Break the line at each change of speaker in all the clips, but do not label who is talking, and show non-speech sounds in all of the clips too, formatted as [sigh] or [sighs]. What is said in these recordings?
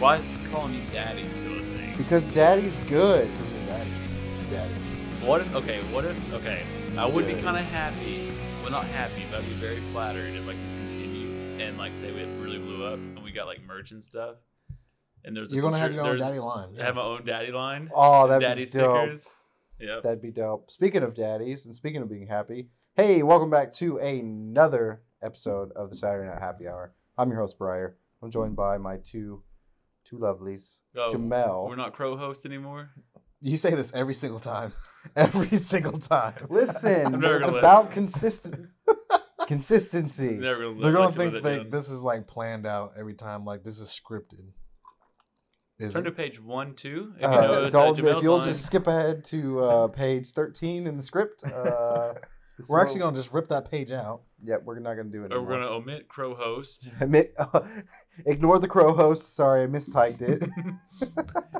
Why is calling me daddy still a thing?
[laughs] Because daddy's good.
Because you're daddy. Daddy.
What if, okay, what if, okay, I would be
Yeah.
kind of happy, well, not happy, but I'd be very flattered if, like, this continued and, like, say we really blew up and we got, like, merch and stuff. And there's a
You're gonna have
picture-
your own
there's-
daddy line.
I have my own daddy line.
Oh, that'd
daddy
be dope.
stickers. Yep.
That'd be dope. Speaking of daddies and speaking of being happy, hey, welcome back to another episode of the Saturday Night Happy Hour. I'm your host Briar. I'm joined by my two two lovelies,
Oh, We're
Jamel.
not crow host anymore.
You say this every single time. [laughs] Every single time.
[laughs] I'm
Listen,
never
it's
gonna
about consistent [laughs] consistency.
Never gonna
They're
live
gonna
up to what
think
they've
like
done.
this is like planned out every time. Like this is scripted. Is
Turn to
it?
page one, two. If you
Uh,
notice, uh,
Dalton, if
Jamel's
you'll
line-
just skip ahead to uh, page 13 in the script,
[laughs]
uh, this
We're
will-
actually gonna just rip that page out.
Yeah, we're not gonna do it.
or
Anymore.
we're gonna omit crow host.
Admit- [laughs] ignore the crow host. Sorry, I
[laughs]
mistyped it.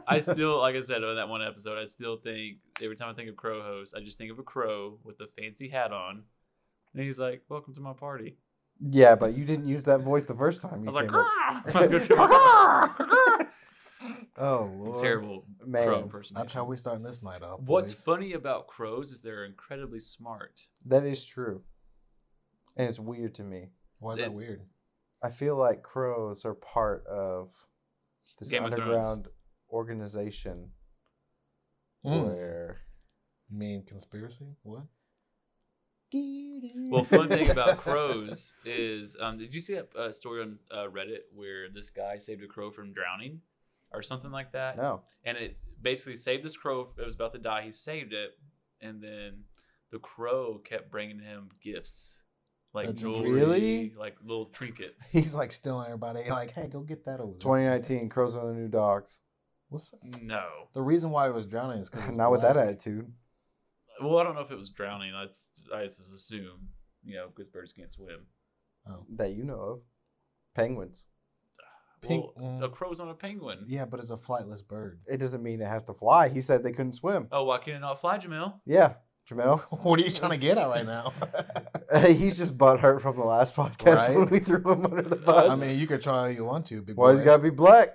I still, like I said on that one episode, I still think every time I think of Crow host, I just think of a crow with a fancy hat on, and he's like, "Welcome to my party."
yeah, but you didn't use that voice the first time.
I
You
was like,
came up.
[laughs] "Grrr!"
Oh
I'm
lord.
a terrible
Man,
crow person.
That's how we starting this night off.
What's
boys.
funny about crows is they're incredibly smart.
that is true, and it's weird to me.
Why is
It-
that weird?
I feel like crows are part of this
Game of Thrones.
underground organization
Mm.
where.
You mean conspiracy? What?
Well, fun thing
[laughs]
about crows is, um, did you see that uh, story on uh, Reddit where this guy saved a crow from drowning, or something like that?
No.
and it basically saved this crow that was about to die. He saved it, and then the crow kept bringing him gifts, like
That's
jewelry,
Really?
like little trinkets.
He's like stealing everybody. Like, hey, go get that over there.
2019, crows are the new dogs.
What's
no,
the reason why it was drowning is
[laughs]
because
Not with that attitude.
well, I don't know if it was drowning. That's I just assume, you know, because birds can't swim.
Oh.
that you know of. Penguins.
Pink- mm,
well, a crow's on a penguin.
Yeah, but it's a flightless bird.
It doesn't mean it has to fly. He said they couldn't swim.
Oh, why can it not fly, Jamel?
Yeah, Jamel.
[laughs] what are you trying to get at right now?
[laughs]
[laughs]
He's just butthurt from the last podcast
Right?
when we threw him under the bus.
I mean, you could try all you want to. Big
Why he's
boy.
got to be
[laughs]
black?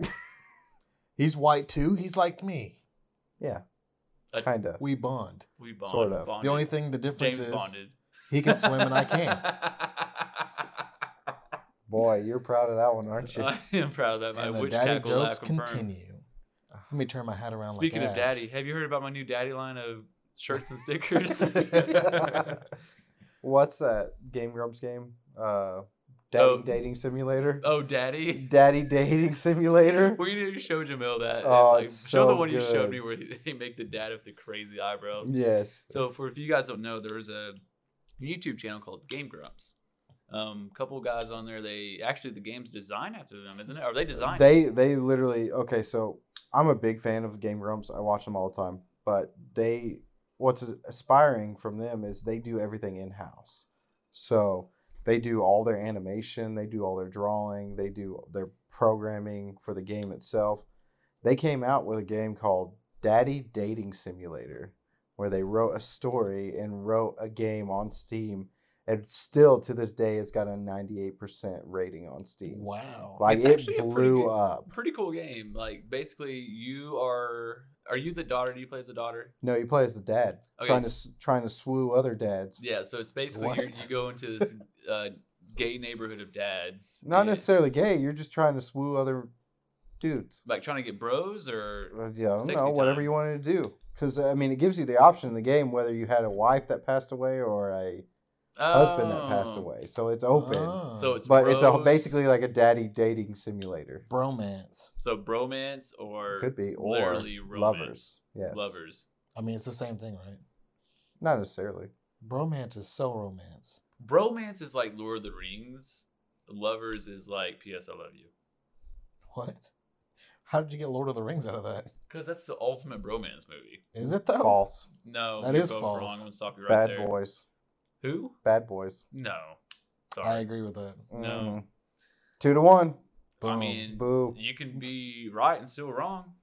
He's white too. He's like me.
yeah,
A-
kind of.
We bond.
We bond,
Sort of. The
The
bonded.
only thing the difference
James
is
bonded.
he can swim and
[laughs]
I can't.
Boy, you're proud of that one, aren't you?
I am proud of that. My
and the
witch
daddy
cackle laugh
jokes
confirmed.
continue. Let me turn my hat around.
Speaking
like
of
Ash.
daddy, have you heard about my new daddy line of shirts
[laughs]
and stickers?
What's that Game Grumps game? Uh, Daddy
Oh.
Dating Simulator?
oh, daddy.
Daddy Dating
[laughs]
Simulator?
We need to show Jamil that. and,
Oh,
like,
it's
show the
so
one you showed
good.
me where [laughs] they make the dad with the crazy eyebrows.
yes.
So, for if you guys don't know, there's a YouTube channel called Game Grumps. Um, couple guys on there. They actually the game's designed after them, isn't it? Are they designed?
They they literally okay. So I'm a big fan of Game Grumps. I watch them all the time. But they what's aspiring from them is they do everything in house. So they do all their animation, they do all their drawing, they do their programming for the game itself. They came out with a game called Daddy Dating Simulator, where they wrote a story and wrote a game on Steam. And still to this day, it's got a 98% rating on Steam.
wow.
Like
It's
it
actually a pretty
blew
good-
up.
Pretty cool game. Like basically, you are are you the daughter? Do you play as the daughter?
No, you play as the dad,
Okay,
trying to
s-
s- trying to swoo other dads.
Yeah, so it's basically you're,
What?
you go into
[laughs]
this uh, gay neighborhood of dads.
Not
and-
necessarily gay. You're just trying to swoo other dudes.
like trying to get bros or
Uh, Yeah, I don't
Sexy
know. Whatever
time.
you wanted to do, because I mean, it gives you the option in the game whether you had a wife that passed away or a husband that passed
Oh.
away. So it's open,
Ah.
So it's
but it's a,
bros,
basically like a daddy dating simulator.
bromance.
so bromance or
Could be or
literally romance.
lovers. Yes,
lovers.
I mean, it's the same thing, right?
not necessarily.
Bromance is so romance.
Bromance is like Lord of the Rings. Lovers is like P.S. I love you
What? How did you get Lord of the Rings out of that?
because that's the ultimate bromance movie.
Is it though?
False.
No,
That
you're
is
both
false.
Wrong. I'm gonna stop you Oh, right
Bad
there.
boys.
Who?
Bad boys.
No.
I
Sorry.
agree with that.
No.
Mm. Two to one.
I,
Boom.
mean,
Boo.
you can be right and still wrong.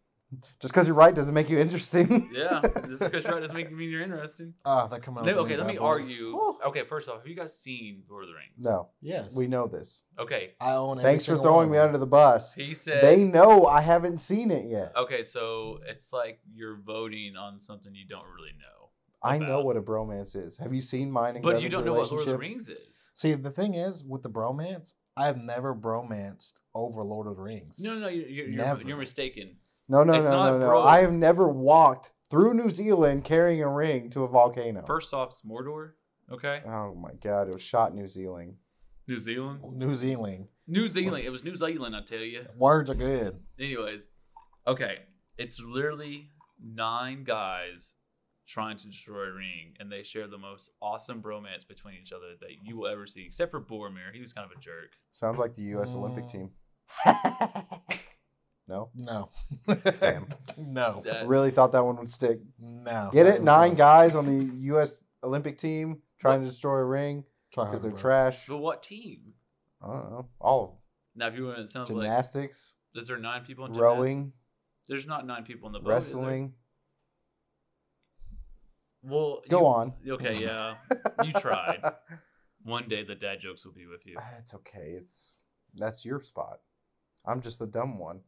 Just because you're right doesn't make you interesting.
[laughs] Yeah,
[laughs]
just because you're right doesn't make you mean you're interesting.
Ah, that coming out.
No,
the
okay,
new
let
Bad
me
Boys.
argue.
Whew.
Okay, first off, have you guys seen Lord of the Rings?
No,
Yes,
we know this.
Okay,
I own. every
Thanks for
single
throwing
one
me
of
under the bus.
he said. Oh,
They know I haven't seen it yet.
okay, so it's like you're voting on something you don't really know,
I know
about-
what a bromance is. Have you seen mine and
but you
Grevin's
don't know what Lord of the
relationship?
Rings is.
See, the thing is with the bromance, I've never bromanced over Lord of the Rings.
No, no, no, you're, you're, you're,
Never.
you're mistaken.
No, no,
It's
no, no,
not
no.
bro.
I have never walked through New Zealand carrying a ring to a volcano.
First off, it's Mordor. Okay,
oh my god, it was shot New Zealand.
New Zealand.
New Zealand
New Zealand. It was New Zealand, I tell you.
words
[laughs]
are good.
Anyways, okay, it's literally nine guys trying to destroy a ring, and they share the most awesome bromance between each other that you will ever see, except for Boromir. He was kind of a jerk.
Sounds like the U.S. Olympic
Mm.
team.
Uh,
No,
[laughs]
No,
Damn.
[laughs] no,
That-
really thought that one would stick.
no.
Get
Not
it?
even
Nine
close.
guys on the U.S. Olympic team trying to destroy a ring
Try
because
harder,
they're
bro.
trash.
But what team?
I don't know. All
Now, if you want, it sounds like
gymnastics,
is there nine people in gymnastics?
rowing,
There's not nine people in the boat. is there?
wrestling.
Well,
Go
you-
on. Ah,
Okay, yeah. You
[laughs]
tried. One day the dad jokes will be with
[laughs]
you.
It's okay. It's that's your spot. I'm just the dumb one.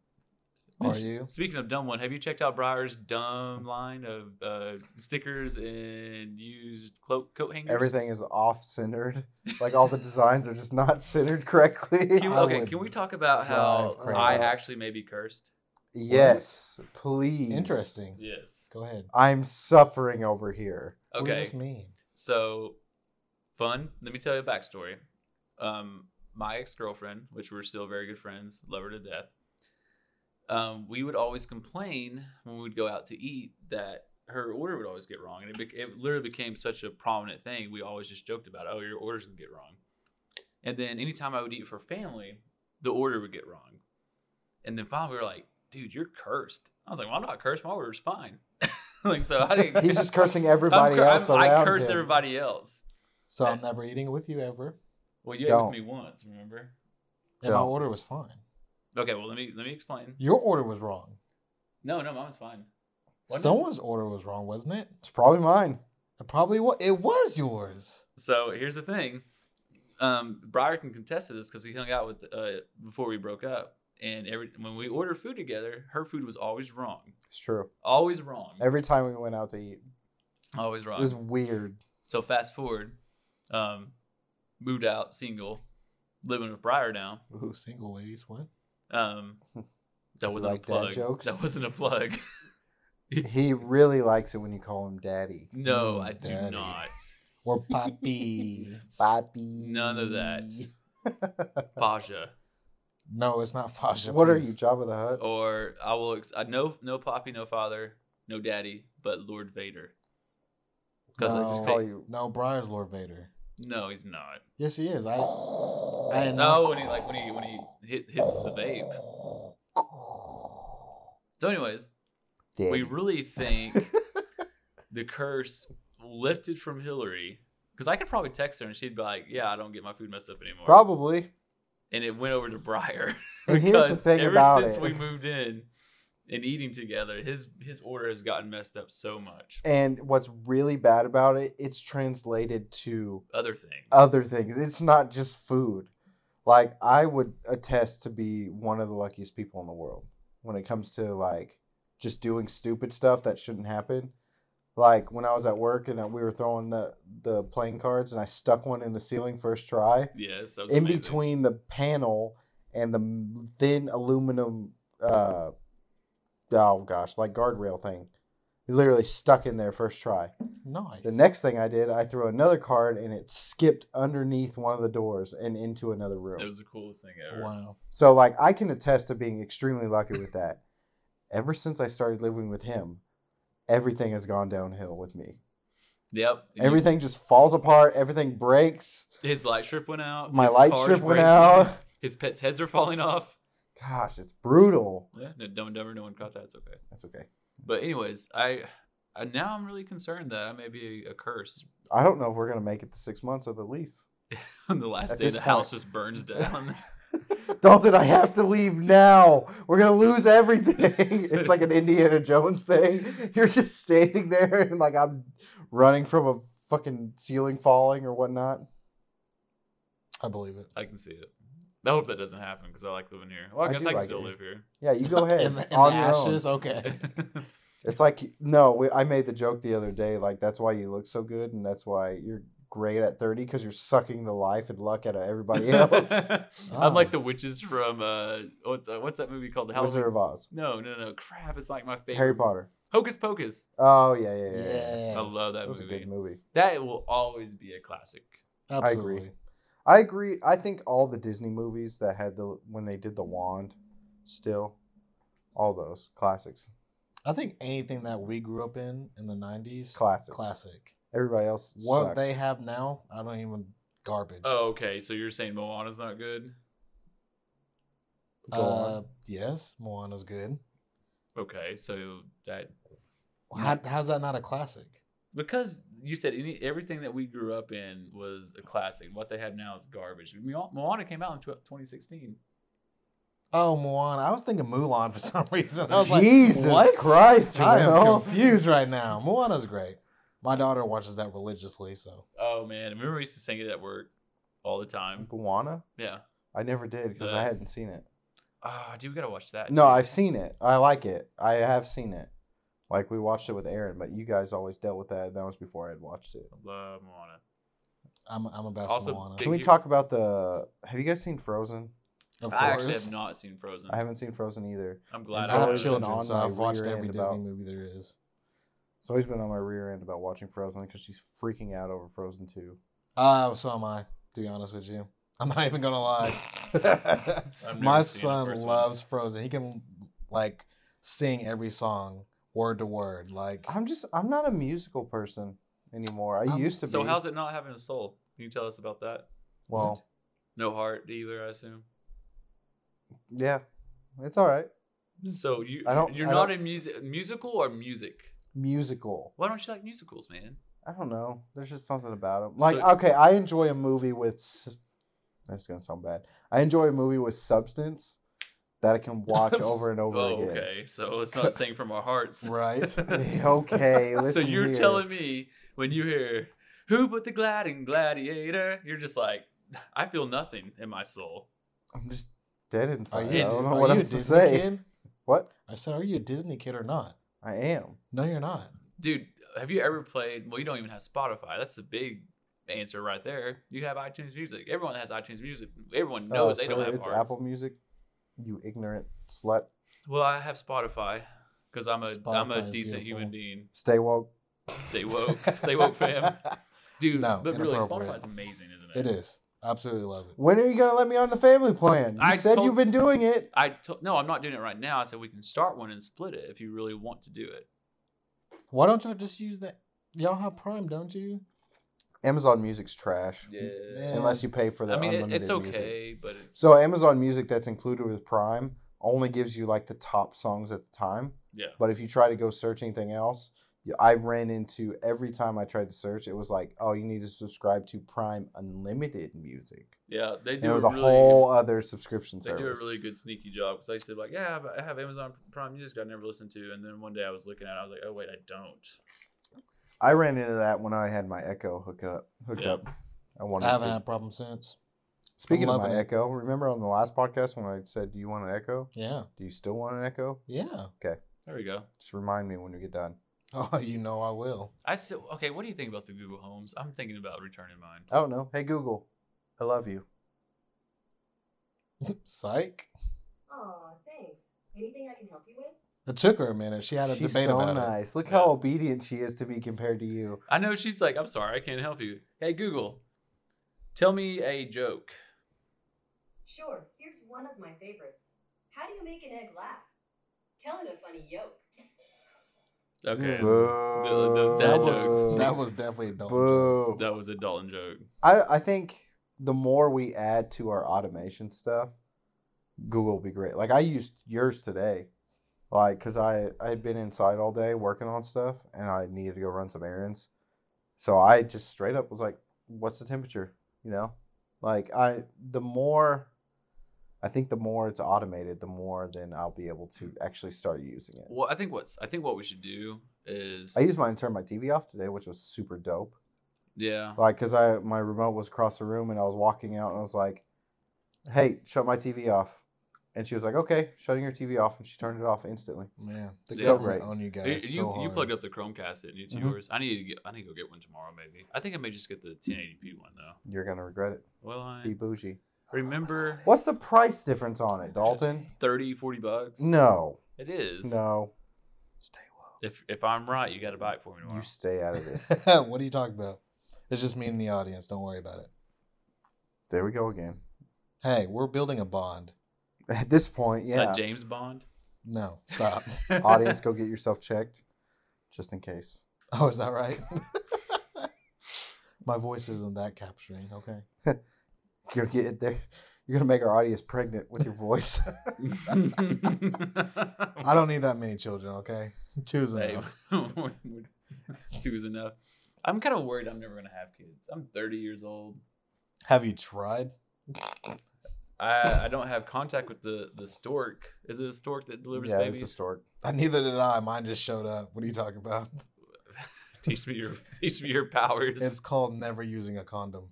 Are you?
Speaking of dumb one, have you checked out Briar's dumb line of uh, stickers and used clo- coat hangers?
Everything is off centered. Like all the designs are just not centered correctly.
Can we,
I
okay,
would
can we talk about
drive
how
crazy.
I actually may be cursed?
Yes, please.
Interesting.
Yes.
Go ahead.
I'm suffering over here.
What does
Okay.
this mean?
So, fun. Let me tell you a backstory. Um, my ex girlfriend, which we're still very good friends, love her to death. Um, we would always complain when we'd go out to eat that her order would always get wrong, and it, bec it literally became such a prominent thing. We always just joked about, "Oh, your order's gonna get wrong." And then anytime I would eat for family, the order would get wrong. And then finally, we were like, "Dude, you're cursed." I was like, "Well, I'm not cursed. My order's fine." [laughs] like, so I didn't.
[laughs] He's just cursing
[laughs] I'm
everybody
cur- I'm-
else around
I curse
him.
everybody else.
So I'm
That-
never eating with you ever.
Well, you
Don't.
ate with me once, remember?
And my
Don't.
order was fine.
Okay, well let me let me explain.
Your order was wrong.
No, no, mine was fine. Wasn't it?
Someone's order was wrong, wasn't it?
It's probably mine.
It probably was. It was yours.
So here's the thing. Um, Briar can contest to this because he hung out with uh, before we broke up, and every when we ordered food together, her food was always wrong,
It's true.
always wrong,
Every time we went out to eat,
always wrong.
it was weird.
So fast forward, um, moved out, single, living with Briar now.
Ooh, single ladies. What?
[laughs]
Um, that wasn't
Like
a
dad
plug.
jokes?
That wasn't a plug. [laughs]
He really likes it when you call him daddy.
no,
Mm,
I do
daddy.
not.
[laughs]
Or poppy?
Papi.
None of
[laughs]
that. Faja.
no, it's not Fasha.
What are you,
please.
Jabba the
Oh,
Hutt?
or I will. Ex- I no no poppy, no father, no daddy, but Lord Vader. Because
I
I just
call
fake-
you.
No, Briar's Lord Vader.
no, he's not.
Yes, he is. I.
Oh.
I
No,
announced-
when he like when he when he hit, hits the vape. So, anyways, we
Daddy.
really think the curse lifted from Hillary because I could probably text her and she'd be like, "Yeah, I don't get my food messed up anymore."
Probably.
And it went over to Briar
And here's the
because
thing
ever
about
since
it.
we moved in and eating together, his his order has gotten messed up so much.
And what's really bad about it, it's translated to
Other things.
other things. It's not just food. Like I would attest to be one of the luckiest people in the world when it comes to like just doing stupid stuff that shouldn't happen. Like when I was at work and uh, we were throwing the the playing cards and I stuck one in the ceiling first try
yes, that was
in
amazing.
between the panel and the m- thin aluminum uh oh gosh, like guardrail thing. It literally stuck in there first try.
Nice.
The next thing I did, I threw another card and it skipped underneath one of the doors and into another room.
It was the coolest thing ever.
Wow.
so, like, I can attest to being extremely lucky with that. Ever since I started living with him, everything has gone downhill with me.
Yep. You-
Everything just falls apart, everything breaks.
his light strip went out.
My
his
light
car's
strip went
breaking,
out.
[laughs] His pets' heads are falling off.
Gosh, it's brutal.
Yeah, no, dumb and dumber. No one caught that. It's okay.
That's okay.
But anyways, I, I now I'm really concerned that I may be a, curse. [laughs]
I don't know if we're going to make it to six months of the lease.
On the last
At
day,
this
the house
point. [laughs]
just burns down. [laughs]
Dalton, I have to leave now. We're gonna lose everything. [laughs] It's like an Indiana Jones thing. You're just standing there and like I'm running from a fucking ceiling falling or whatnot.
I believe it.
I can see it. I hope that doesn't happen because I like living here. Well, I,
I
guess
do
I can
like
still
it.
live here.
Yeah, you go ahead.
In the, in
on
the
your own.
[laughs]
ashes, okay.
It's like no, we, I made the joke the other day. Like that's why you look so good, and that's why you're great at thirty because you're sucking the life and luck out
[laughs]
of everybody [laughs] else. Oh.
I'm like the witches from uh, what's uh, what's that movie called? The Halloween.
Wizard of Oz,
No, no, no. Crap! It's like my favorite.
Harry Potter.
Hocus Pocus.
Oh yeah, yeah, yeah. yeah.
Yes.
I love that
That was a
movie.
good movie.
That will always be a classic.
agree.
Absolutely.
I agree. I think all the Disney movies that had the when they did the wand, still, all those classics,
I think anything that we grew up in in the 90s,
classics.
classic.
Everybody else,
What
sucked.
they have now, I don't even garbage.
Oh, okay. So you're saying Moana's not good?
Go on.
Uh, yes, Moana's good.
Okay, so that
How, how's that not a classic?
because you said any everything that we grew up in was a classic. What they have now is garbage. Mo- Moana came out in tw- 2016.
Oh, Moana. I was thinking Mulan for [laughs] some reason. I was like,
Jesus
what?
Christ!
[laughs] I
Gino.
am confused right now. Moana's great. My daughter watches that religiously, so
Oh man, I remember we used to sing it at work all the time.
Moana.
Yeah.
I never did because
Uh,
I hadn't seen it.
Ah, dude, we gotta watch that.
No,
too.
I've seen it. I like it. I have seen it. Like we watched it with Aaron, but you guys always dealt with that. And that was before I had watched it.
love Moana.
I'm I'm about
Also,
Moana.
big-
Can we
you-
talk about the? Have you guys seen Frozen?
Of
I actually
course,
have not seen Frozen.
I haven't seen Frozen either.
I'm glad
And
I
I have
It's always
children.
been
children,
on
so
my
I've watched
rear
every
end
Disney
about-
movie there is.
It's always been on my rear end about watching Frozen because she's freaking out over Frozen
[laughs]
Two.
Oh, so am I. To be honest with you, I'm not [laughs] even gonna lie.
I've
My
never seen the
son
first one.
loves Frozen. He can like sing every song word to word. Like
I'm just. I'm not a musical person anymore. I
I'm-
used to
Um, So
be.
how's it not having a soul? Can you tell us about that?
well,
No heart either, I assume.
yeah, it's all right.
So you
I don't-
you're
I
not
don't-
in music musical or music?
Musical.
Why don't you like musicals, man?
I don't know. There's just something about them. Like,
So-
okay, I enjoy a movie with. s- That's gonna sound bad. I enjoy a movie with substance that I
[laughs]
can watch over and over
Oh,
again. [laughs]
okay. So it's not saying from our hearts.
right?
Okay,
[laughs] so
listen
you're
here.
telling me when you hear who put the glad in gladiator, you're just like, I feel nothing in my soul.
I'm just dead
Are
inside.
you,
I don't know
are
what
you a
else to
Disney
say.
kid?
What?
I said, are you a Disney kid or not?
I am.
No, you're not.
Dude, have you ever played? Well, you don't even have Spotify. That's the big answer right there. You have iTunes Music. Everyone has iTunes Music. Everyone knows
Uh,
they
sir,
don't have
It's
hearts.
Apple Music. You ignorant slut.
Well, I have Spotify because I'm a am
Spotify
a
is
decent
beautiful.
human being.
Stay woke. [laughs]
Stay woke. Stay
[laughs]
woke, Oh, fam. Dude,
No,
but really,
inappropriate.
Spotify's amazing, isn't
It
it?
is. Absolutely love it.
When are you gonna let me on the family plan? You
I
said
told-
you've been doing it.
I to- no, I'm not doing it right now. I said we can start one and split it if you really want to do it.
Why don't y'all just use that? Y'all have Prime, don't you?
Amazon Music's trash.
Yeah.
Unless you pay for the
I mean, it,
unlimited
it's
music.
okay, but it's,
So Amazon Music that's included with Prime only gives you like the top songs at the time.
yeah.
But if you try to go search anything else, you- I ran into every time I tried to search, it was like, oh, you need to subscribe to Prime Unlimited Music.
Yeah, they
And
do
it was
a,
a
really,
whole other subscription
They
service.
do a really good sneaky job because I said like, yeah, but I have Amazon Prime Music I never listened to, and then one day I was looking at, it, I was like, oh wait, I don't.
I ran into that when I had my Echo hook up, hooked
Yeah.
up. I wanted
I haven't
to.
had a problem since.
Speaking of
loving
my
it.
Echo, remember on the last podcast when I said, do you want an Echo?
Yeah.
Do you still want an Echo?
Yeah.
There we go.
Just remind me when we get done.
[laughs] Oh, you know I will.
I still okay. What do you think about the Google Homes? I'm thinking about returning mine.
I
Oh,
don't know. Hey, Google, I love you.
Psych.
Aw, thanks. Anything I can help you with?
It took her a minute. She had a
She's
debate
so
about it.
nice. Look
Yeah.
how obedient she is to me compared to you.
I know she's like, I'm sorry, I can't help you. Hey Google, tell me a joke.
Sure, here's one of my favorites. How do you make an egg laugh? Tell it a funny yoke.
Okay,
Ugh.
those dad
That
jokes.
was, that was definitely a dumb joke.
Boo.
that was a Dalton joke.
I I think the more we add to our automation stuff, Google will be great. Like I used yours today, like because I I had been inside all day working on stuff and I needed to go run some errands, so I just straight up was like, "What's the temperature?" You know, like I the more I think the more it's automated, the more then I'll be able to actually start using it.
Well, I think what's I think what we should do is
I used mine to turn my TV off today, which was super dope.
yeah.
Like, cause I my remote was across the room and I was walking out and I was like, "Hey, shut my TV off," and she was like, "Okay, shutting your TV off,ff," and she turned it off instantly.
Man, the
Yeah.
government
Right.
on you guys.
You,
so
you, you
hard.
plugged up the Chromecast, didn't you? To
Mhm.
yours. I need to get. I need to go get one tomorrow, maybe. I think I may just get the 1080p one though.
You're gonna regret it.
Well, I
Be bougie.
remember
What's the price difference on it, Dalton?
30, 40 bucks.
No,
it is.
no.
Stay
If if I'm right, you got to buy it for me tomorrow.
You stay out of [laughs] this.
woke. [laughs] what are you talking about? It's just me and the audience. Don't worry about it.
there we go again.
Hey, we're building a bond.
At this point, yeah.
Like James Bond.
No, stop.
[laughs]
[laughs]
Audience, go get yourself checked, just in case.
oh, is that right? [laughs] My voice isn't that capturing. Okay.
You're gonna get there. You're gonna make our audience pregnant with your voice.
[laughs]
[laughs]
I
I don't need that many children. Okay, [laughs] two's enough.
[laughs] two is enough. I'm kind of worried. I'm never gonna have kids. I'm 30 years old.
Have you tried?
I I don't have contact with the the stork. Is it a stork that delivers
yeah,
babies?
it's a stork.
Uh, Neither did I. Mine just showed up. What are you talking about?
[laughs] teach me your teach me your powers.
It's called never using a condom.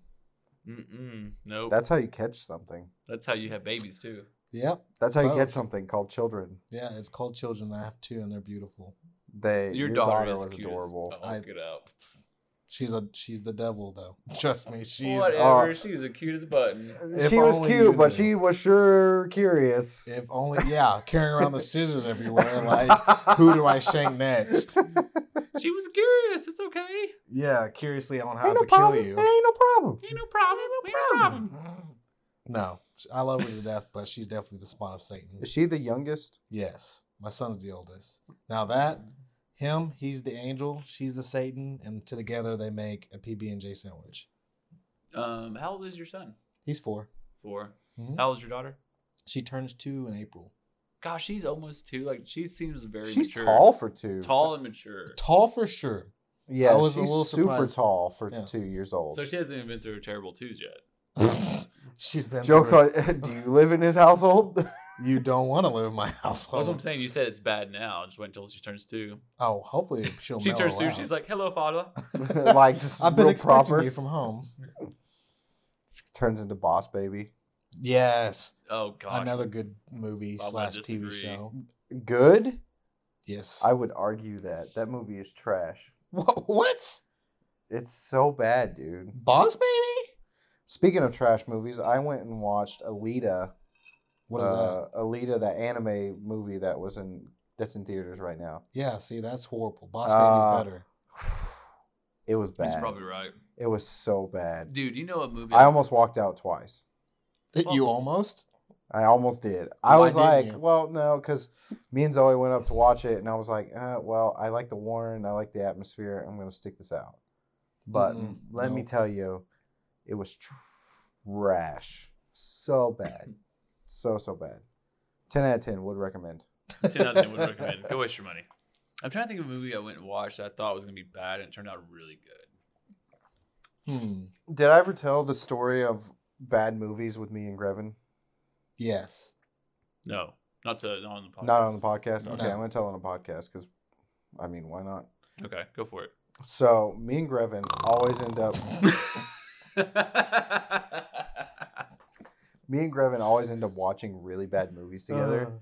Mm-mm, nope. That's,
That's how you catch something.
how you have babies too.
Yep.
That's how you
Both.
catch something called children.
Yeah, it's called children. I have two, and they're beautiful.
They
Your,
your,
daughter, is
was
cute as-
adorable.
Oh,
I-
get out.
She's a she's the devil though. [laughs] Trust me, she's
Whatever.
Uh,
she was the cutest button.
If
she was
only you
cute, but
knew.
she was sure curious.
if only yeah, carrying around the scissors
[laughs]
everywhere. Like who do I shank next?
She was curious. It's okay.
Yeah, curiously on how
Ain't no
to
problem.
kill
It ain't
you. [laughs]
no problem.
Ain't no problem. Ain't no problem.
No, I love her to death, but she's definitely the spawn of Satan.
Is she the youngest?
Yes, my son's the oldest. Now that him, he's the angel, she's the Satan, and together they make a PB and J sandwich.
Um, how old is your son?
He's four.
4
Hmm?
Mhm.
How old is your daughter?
She turns two in April.
Gosh, she's almost two. Like she seems very
She's
mature.
tall for two.
tall and mature.
Tall for sure. [laughs]
Yeah,
I was a
she's
little
super
surprised.
tall for
Yeah.
two years old.
So she hasn't even been through terrible twos yet.
she's been
Jokes
through
on. [laughs] Do you live in his household? [laughs]
it. You don't want to live in my
That's what I'm
household.
saying. You said it's bad now. Just wait until she turns two.
Oh,
[laughs]
hopefully she'll.
She
mellow
turns two.
out.
She's like, "Hello, father."
[laughs]
[laughs]
like just
I've been
real
expecting
proper.
you from home.
Turns into boss baby.
Yes,
Oh gosh.
another good movie
I would
slash TV
disagree.
show.
Good.
Yes.
I would argue that that movie is trash.
[laughs] Wha- what?
It's so bad, dude.
Boss baby?
Speaking of trash movies, I went and watched Alita.
What is that?
uh, Alita, the anime movie that was in that's in theaters right now.
Yeah, see, that's horrible. Boss
uh,
baby's better.
It was
He's
bad.
probably right,
It was so bad.
dude. You know a movie?
I almost walked out twice.
[laughs] you almost?
I almost did. I
Why
was
didn't
like,
you?
well, no, because me and Zoe went up to watch it, and I was like, uh, well, I like the Warren, I like the atmosphere. I'm gonna stick this out. But
Mm-mm,
let me
Mm, no.
tell you, it was trash. So bad, so so bad. Ten out of ten would recommend.
ten out of ten
[laughs]
would recommend. Go waste your money. I'm trying to think of a movie I went and watched that I thought was gonna be bad and it turned out really good.
Hmm.
Did I ever tell the story of bad movies with me and Grevin?
Yes.
No, not to not on the podcast.
Not on the podcast. Okay,
No.
I'm gonna tell on the podcast because, I mean, why not?
Okay, go for it.
So me and Grevin always end up
[laughs] Oh,
me and Grevin always end up watching really bad movies
Uh.
together.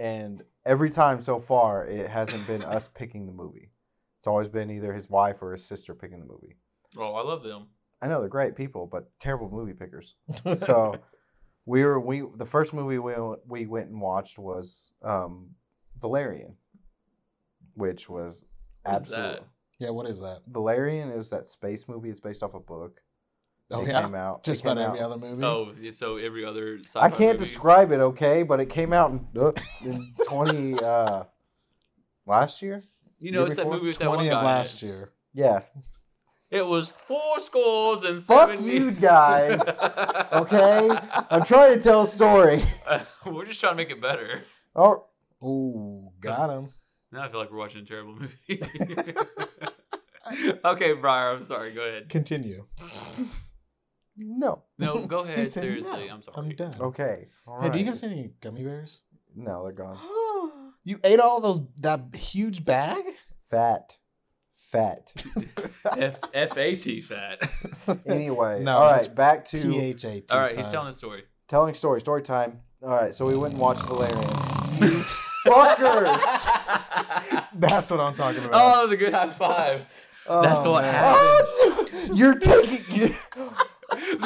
and every time so far, it hasn't been us picking the movie. It's always been either his wife or his sister picking the movie.
oh, I love them.
I know they're great people, but terrible movie pickers.
Uh.
So
[laughs]
we were we the first movie we we went and watched was um, Valerian, which was
What is that?
absolutely
yeah, what is that?
Valerian is that space movie. It's based off a book.
Oh,
It
yeah.
came out. it
[laughs] Just
came
about every
out-
other movie.
Oh, yeah, so every other sci-fi
I can't
movie.
describe it, okay, but it came out in, uh,
[laughs]
in twenty uh, last year.
You know,
year
it's that
before?
movie with that one
20
guy.
of
in
last
it.
year.
Yeah,
It was four scores and
Fuck
seventy.
you guys, okay. I'm trying to tell a story.
[laughs] we're just trying to make it better.
Oh,
Oh, got him.
Now I feel like we're watching a terrible
[laughs]
movie. okay, Briar, I'm sorry. Go ahead.
Continue.
No.
[laughs]
No, go
He
ahead.
said,
Seriously,
"No,
I'm sorry.
I'm done.
Okay. all
Hey, do you
right.
guys have any gummy bears?
No, they're gone.
you ate [gasps] all those that huge bag? [laughs]
Fat. Fat.
F F A T
[laughs]
fat.
Anyway.
No,
all
it's
right. Back to
P H A T.
All right, he's telling a story.
telling story. Story time. All right. So we went and watched Valerian.
[laughs]
You fuckers.
[laughs] That's what I'm talking about.
Oh, that was a good high five. [laughs] That's
Oh,
what
man.
happened.
[laughs] You're taking. You,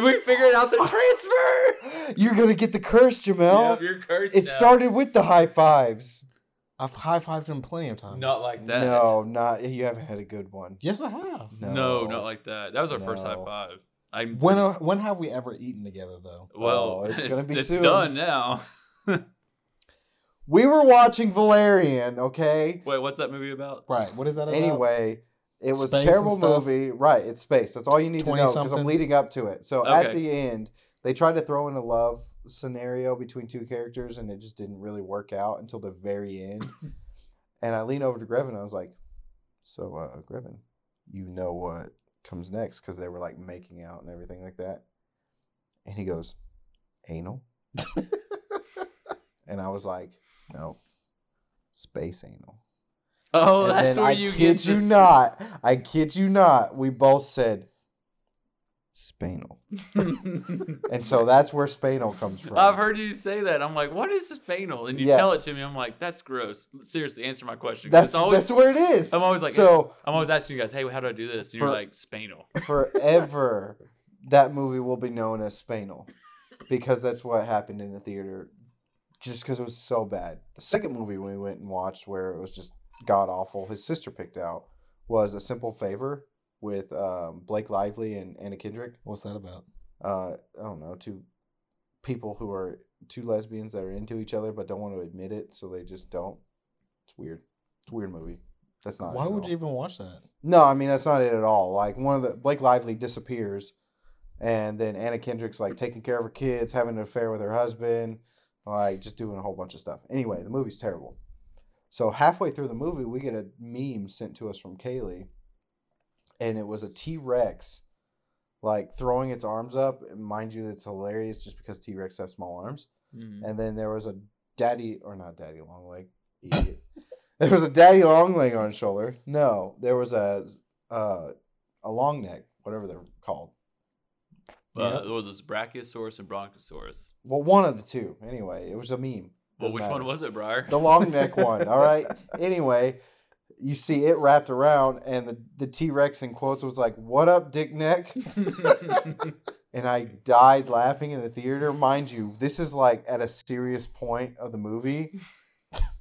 we figured [laughs] out the transfer.
you're gonna get the curse, Jamel.
Yep, you're cursed.
it
now.
started with the high fives.
I've high fived him plenty of times.
Not like that.
No, not you haven't had a good one.
Yes, I have.
no, not like that. That was our first high
No.
five. I'm
When are, when have we ever eaten together though?
well,
Oh,
it's, gonna be it's done now. [laughs]
We were watching Valerian, okay?
Wait, what's that movie about?
Right. What is that? About?
Anyway, it was a
Space
terrible
and stuff?
movie. Right, it's space. That's all you need to
20
know because I'm
something?
leading up to it. So at
Okay.
the end, they tried to throw in a love scenario between two characters and it just didn't really work out until the very
[laughs]
end. and I leaned over to Grevin and I was like, So, uh, Grevin, you know what comes next? Because they were like making out and everything like that. And he goes,
[laughs]
Anal? and I was like, No, space anal.
Oh,
And
that's
then
where
I
you
kid
get
you
this-
not. I kid you not. We both said
[laughs]
Spanal, and so that's where Spanal comes from.
I've heard you say that. I'm like, what is spanal? And you
Yeah.
tell it to me. I'm like, that's gross. Seriously, answer my question. 'Cause
that's
it's always,
that's where it is.
I'm always like,
so
I'm always asking you guys, hey, how do I do this? And you're
For-
like, spanal.
forever. that movie will be known as Spanal because that's what happened in the theater. Just because it was so bad. The second movie we went and watched where it was just god awful. His sister picked out was a simple favor with um, Blake Lively and Anna Kendrick.
What's that about?
uh, I don't know, two people who are two lesbians that are into each other but don't want to admit it, so they just don't. It's weird. It's a weird movie. That's not.
Why
it at
would
all.
you even watch that?
No, I mean that's not it at all. Like one of the Blake Lively disappears, and then Anna Kendrick's like taking care of her kids, having an affair with her husband, like just doing a whole bunch of stuff. Anyway, the movie's terrible. So halfway through the movie, we get a meme sent to us from Kaylee, and it was a T Rex, like throwing its arms up. And mind you, it's hilarious just because T Rex have small arms.
Mhm.
And then there was a daddy or not daddy long leg. Idiot. [laughs] there was a daddy long leg on his shoulder. No, there was a uh, a long neck, whatever they're called.
Uh, It was Brachiosaurus and Bronchosaurus.
Well, one of the two. Anyway, it was a meme.
Well,
Doesn't
which one
matter.
was it, Briar?
the long neck one? All right. Anyway, you see it wrapped around, and the the T Rex in quotes was like, "What up, dick neck?" and I died laughing in the theater. Mind you, this is like at a serious point of the movie.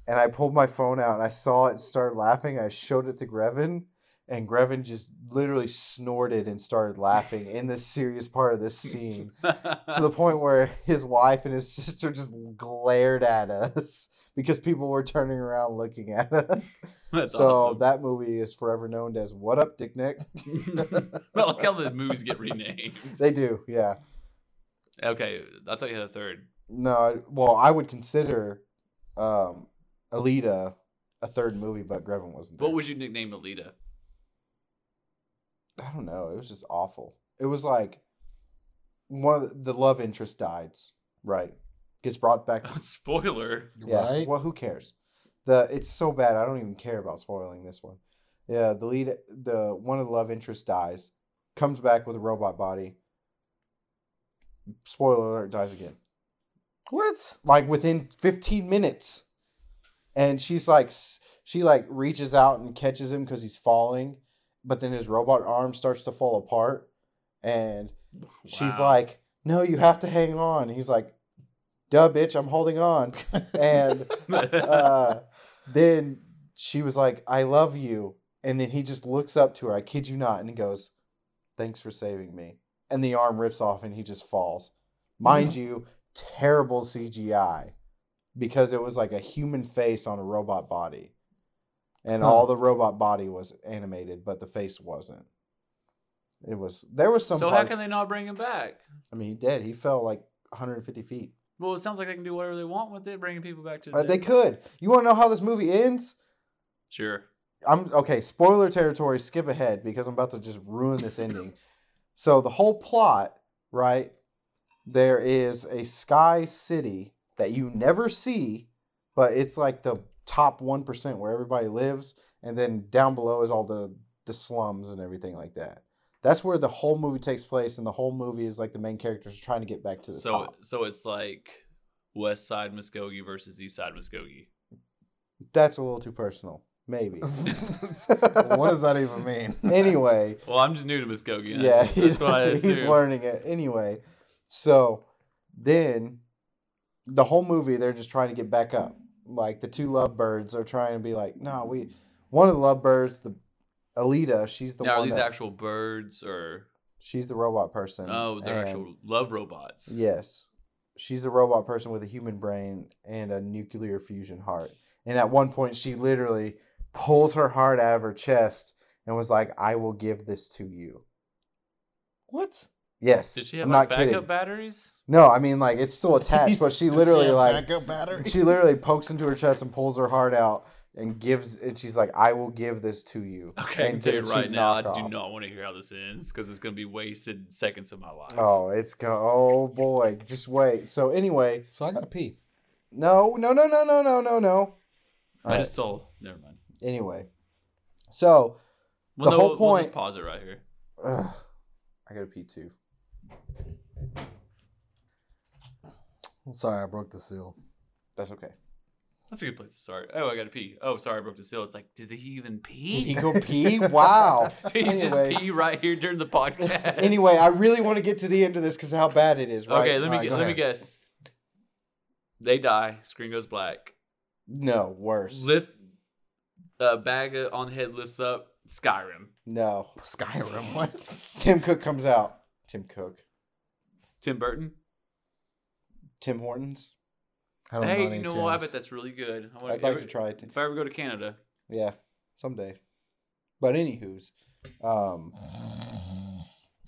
And I pulled my phone out and I saw it start laughing. I showed it to Grevin, and Grevin just literally snorted and started laughing in the serious part of this scene to the point where his wife and his [laughs] sister just glared at us because people were turning around looking at us.
[laughs] That's
so
awesome.
that movie is forever known as What Up, Dick Nick?
[laughs] I like how the [laughs] movies get renamed.
[laughs] They do, yeah.
Okay, I thought you had a third.
No, I- well, I would consider um, Alita a third movie, but Grevin wasn't. There.
What would you nickname Alita? [laughs]
I don't know. It was just awful. It was like one of the, the love interest dies, right? Gets
[laughs]
brought back.
Spoiler.
yeah.
Right?
Well, who cares? The it's so bad. I don't even care about spoiling this one. Yeah, the lead, the one of the love interest dies, comes back with a robot body. Spoiler alert: dies again.
What?
like within 15 minutes and she's like s- she like reaches out and catches him because he's falling but then his robot arm starts to fall apart and she's
Wow.
like no you have to hang on he's like duh bitch i'm holding on and uh, then she was like i love you and then he just looks up to her i kid you not and he goes thanks for saving me and the arm rips off and he just falls mind you terrible cgi because it was like a human face on a robot body and
Huh.
all the robot body was animated but the face wasn't it was there was some
so how
parts,
can they not bring him back?
i mean he did he fell like 150 feet
Well, it sounds like they can do whatever they want with it, bringing people back to. The
Uh, they could you want to know how this movie ends
Sure.
I'm okay. Spoiler territory. Skip ahead because I'm about to just ruin this ending. so the whole plot right? There is a sky city that you never see, but it's like the top 1% where everybody lives. And then down below is all the, the slums and everything like that. That's where the whole movie takes place, and the whole movie is like the main characters trying to get back to the
so
top.
so it's like West Side Muskogee versus East Side Muskogee.
That's a little too personal, maybe. [laughs]
what does that even mean?
anyway,
Well, I'm just new to Muskogee. [laughs]
yeah,
That's, that's what I
[laughs] he's
assume.
learning it anyway. So then, the whole movie they're just trying to get back up. Like the two lovebirds are trying to be like, no, we. One of the lovebirds, the Alita, she's the
now, are
one
these
that-
actual birds or
she's the robot person.
oh, they're
and-
actual love robots?
Yes. She's a robot person with a human brain and a nuclear fusion heart. And at one point, she literally pulls her heart out of her chest and was like, I will give this to you.
What?
Yes.
Did she have
I'm
like
not
backup
kidding.
batteries?
no, I mean, like, it's
[laughs]
still attached, but she literally, like,
backup battery.
she literally pokes into her chest and pulls her heart out and gives, and she's like, I will give this to you.
Okay, I can
And
tell you
did a cheap
right now, I do
knockoff.
not want to hear how this ends because it's going to be wasted seconds of my life.
Oh, it's go. Oh, boy. Just wait. So, anyway,
So I gotta pee.
no, no, no, no, no, no, no, no.
I just saw. Never mind.
Anyway, so
Well, no,
The whole
we'll- We'll just
point-
pause it right here.
ugh, I gotta pee too.
I'm sorry, I broke the seal.
That's okay.
That's a good place to start. Oh, I got to pee. Oh, sorry, I broke the seal. It's like, did he even
Did
pee?
he [laughs] go pee? Wow.
[laughs] Did he just
anyway,
pee right here during the podcast?
anyway, I really want to get to the end of this because how bad it is,
[laughs]
right?
Okay, let me
Alright,
gu-
go
let me
ahead.
guess. They die. Screen goes black.
No, worse.
Lift uh, bag on the head lifts up. Skyrim.
no.
Skyrim. [laughs] What?
Tim Cook comes out. Tim Cook.
Tim Burton.
Tim Hortons.
I don't
Hey,
any
you know what? I
channels.
bet that's really good. I
Oh, I'd
want
like to try it.
If I ever go to Canada,
Yeah, someday. But anywho's, um,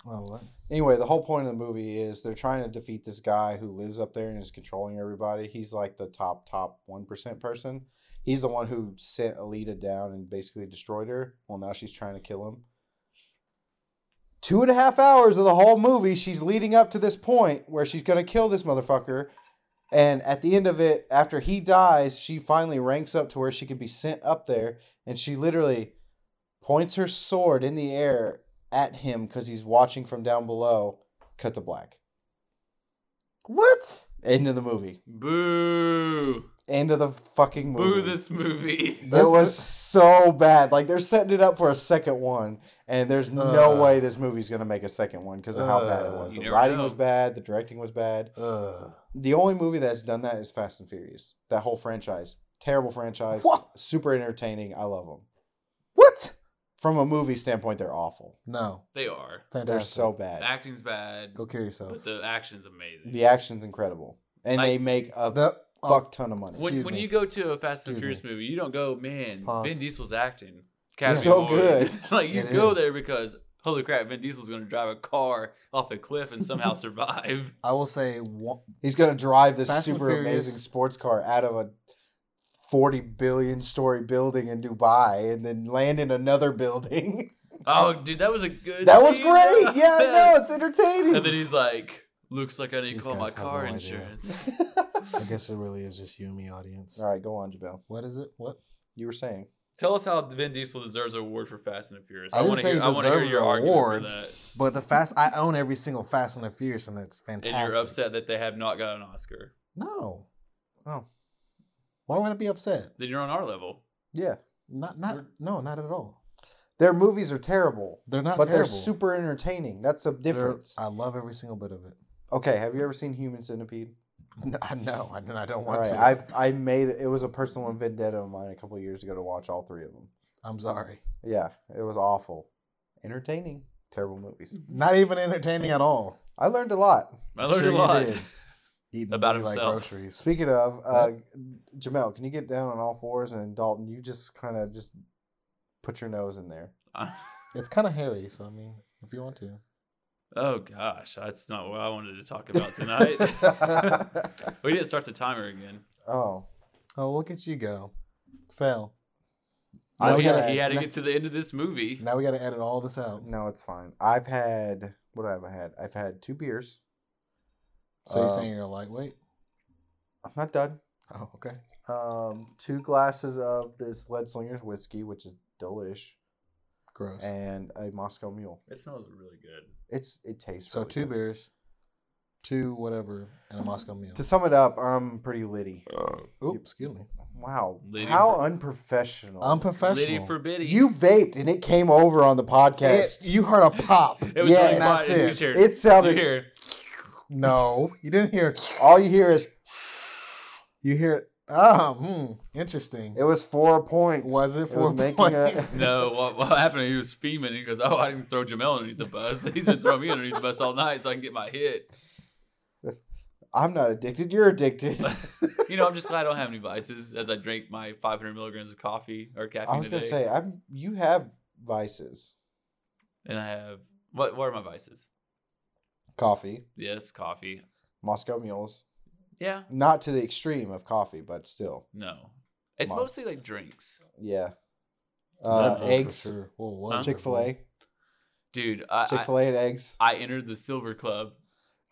Oh, what?
anyway, the whole point of the movie is they're trying to defeat this guy who lives up there and is controlling everybody. He's like the top top one percent person. He's the one who sent Alita down and basically destroyed her. Well, now she's trying to kill him. Two and a half hours of the whole movie, she's leading up to this point where she's gonna kill this motherfucker. And at the end of it, after he dies, she finally ranks up to where she can be sent up there, and she literally points her sword in the air at him because he's watching from down below. Cut to black.
What?
End of the movie.
boo,
End of the fucking
boo
movie.
this movie. [laughs]
That was so bad. Like they're setting it up for a second one, and there's no
Ugh.
way this movie's gonna make a second one because of how bad it was.
You
The
never
writing
know.
was bad. The directing was bad.
Uh,
The only movie that's done that is Fast and Furious. That whole franchise, terrible franchise,
what?
super entertaining. I love them.
What?
From a movie standpoint, they're awful.
No.
They are.
Fantastic.
They're so bad.
Acting's bad,
Go kill yourself.
but the action's amazing.
The action's incredible, and
Like-
they make a
The- oh,
fuck ton of money.
When,
Excuse
when
me.
you go to a Fast and
Excuse
Furious movie, you don't go, man,
Pause.
Vin Diesel's acting. Academy
So
Award."
good.
[laughs] like, you
It
go
is.
there because, holy crap, Vin Diesel's going to drive a car off a cliff and
[laughs]
somehow survive.
I will say one,
He's gonna drive this
Fast and
super
Furious.
amazing sports car out of a forty billion story building in Dubai and then land in another [laughs] building.
Oh, dude, that was a good
that was
scene.
[laughs]
great. Yeah,
[laughs]
I know it's entertaining.
And then he's like, looks like I need to
These
call my
guys have
car
no idea. [laughs]
insurance.
I guess it really is just you and me,
[laughs]
audience.
All right, go on, Jabel.
What is it? What?
You were saying
Tell us how Vin Diesel deserves an award for Fast and the Furious.
I
I,
didn't
want to
say
hear,
he
I wanna hear
deserves
your
an
argument
award.
for that.
But the fast, I own every single Fast and the Furious, and it's fantastic.
And you're upset that they have not got an Oscar.
No.
Oh.
Why would I be upset?
Then you're on our level.
yeah,
Not, not,
We're-
no, not at all.
their movies are terrible,
They're not,
but
terrible.
they're super entertaining. That's the
They're-
difference.
I love every single bit of it. [laughs]
okay, have you ever seen Human Centipede?
No, I know, and I don't
All
want
right,
to.
I've I made it was a personal vendetta of mine a couple of years ago to watch all three of them.
I'm sorry.
Yeah, it was awful, entertaining, terrible movies.
Not even entertaining at all.
I learned a lot.
I learned
Sure
a
you
lot.
did. Eating
About
booty
himself.
groceries.
Speaking of, uh, Jamel, can you get down on all fours? And Dalton, you just kind of just put your nose in there.
It's kind of hairy, so I mean, if you want to.
Oh gosh, that's not what I wanted to talk about [laughs] tonight.
[laughs]
we didn't start the timer again.
Oh,
[laughs] oh, look at you go. Fail.
I
Well,
Now
he,
we
gotta
he
edit-
had to get to the end of this movie.
now we gotta edit all this out.
no, it's fine. I've had What have I had? I've had two beers.
So you're
Uh,
saying you're a lightweight?
I'm not done.
Oh, okay.
Um, two glasses of this Lead Slingers whiskey, which is delish,
Gross.
and a Moscow Mule.
It smells really good.
It's it tastes
so
really
two
good.
beers, two whatever, and a Moscow Mule.
To sum it up, I'm pretty litty.
Oops, excuse me.
Wow,
Litty
how
for-
unprofessional!
Oh, Liddy
Unprofessional.
for Biddy.
you vaped and it came over on the
It-
podcast.
you heard a pop.
[laughs] [laughs] It was
Yeah,
really
that's
quiet in
it.
the chair.
It sounded.
You hear?
no, you didn't hear. it.
All you hear is
You hear. Ah, oh, hmm, interesting.
it was four points.
was it
It
for
was making [laughs]
point? Uh,
a-
No, what, what happened? He was fuming. He goes, "Oh, I didn't throw Jamel underneath the bus. [laughs] He's been throwing me underneath the bus all night, so I can get my hit."
I'm not addicted. You're addicted.
[laughs] You know, I'm just glad I don't have any vices as I drink my 500 milligrams of coffee or caffeine
I was
today.
gonna say I'm. You have vices.
and I have what? What are my vices?
Coffee,
Yes, coffee.
Moscow mules.
Yeah,
Not to the extreme of coffee, but still,
no. It's
Mom.
mostly like drinks,
yeah.
Red
Uh,
Bull oh, for
eggs,
sure. Well, it was Red
Chick Fil A,
dude. I,
Chick Fil A, and eggs.
I I entered the silver club.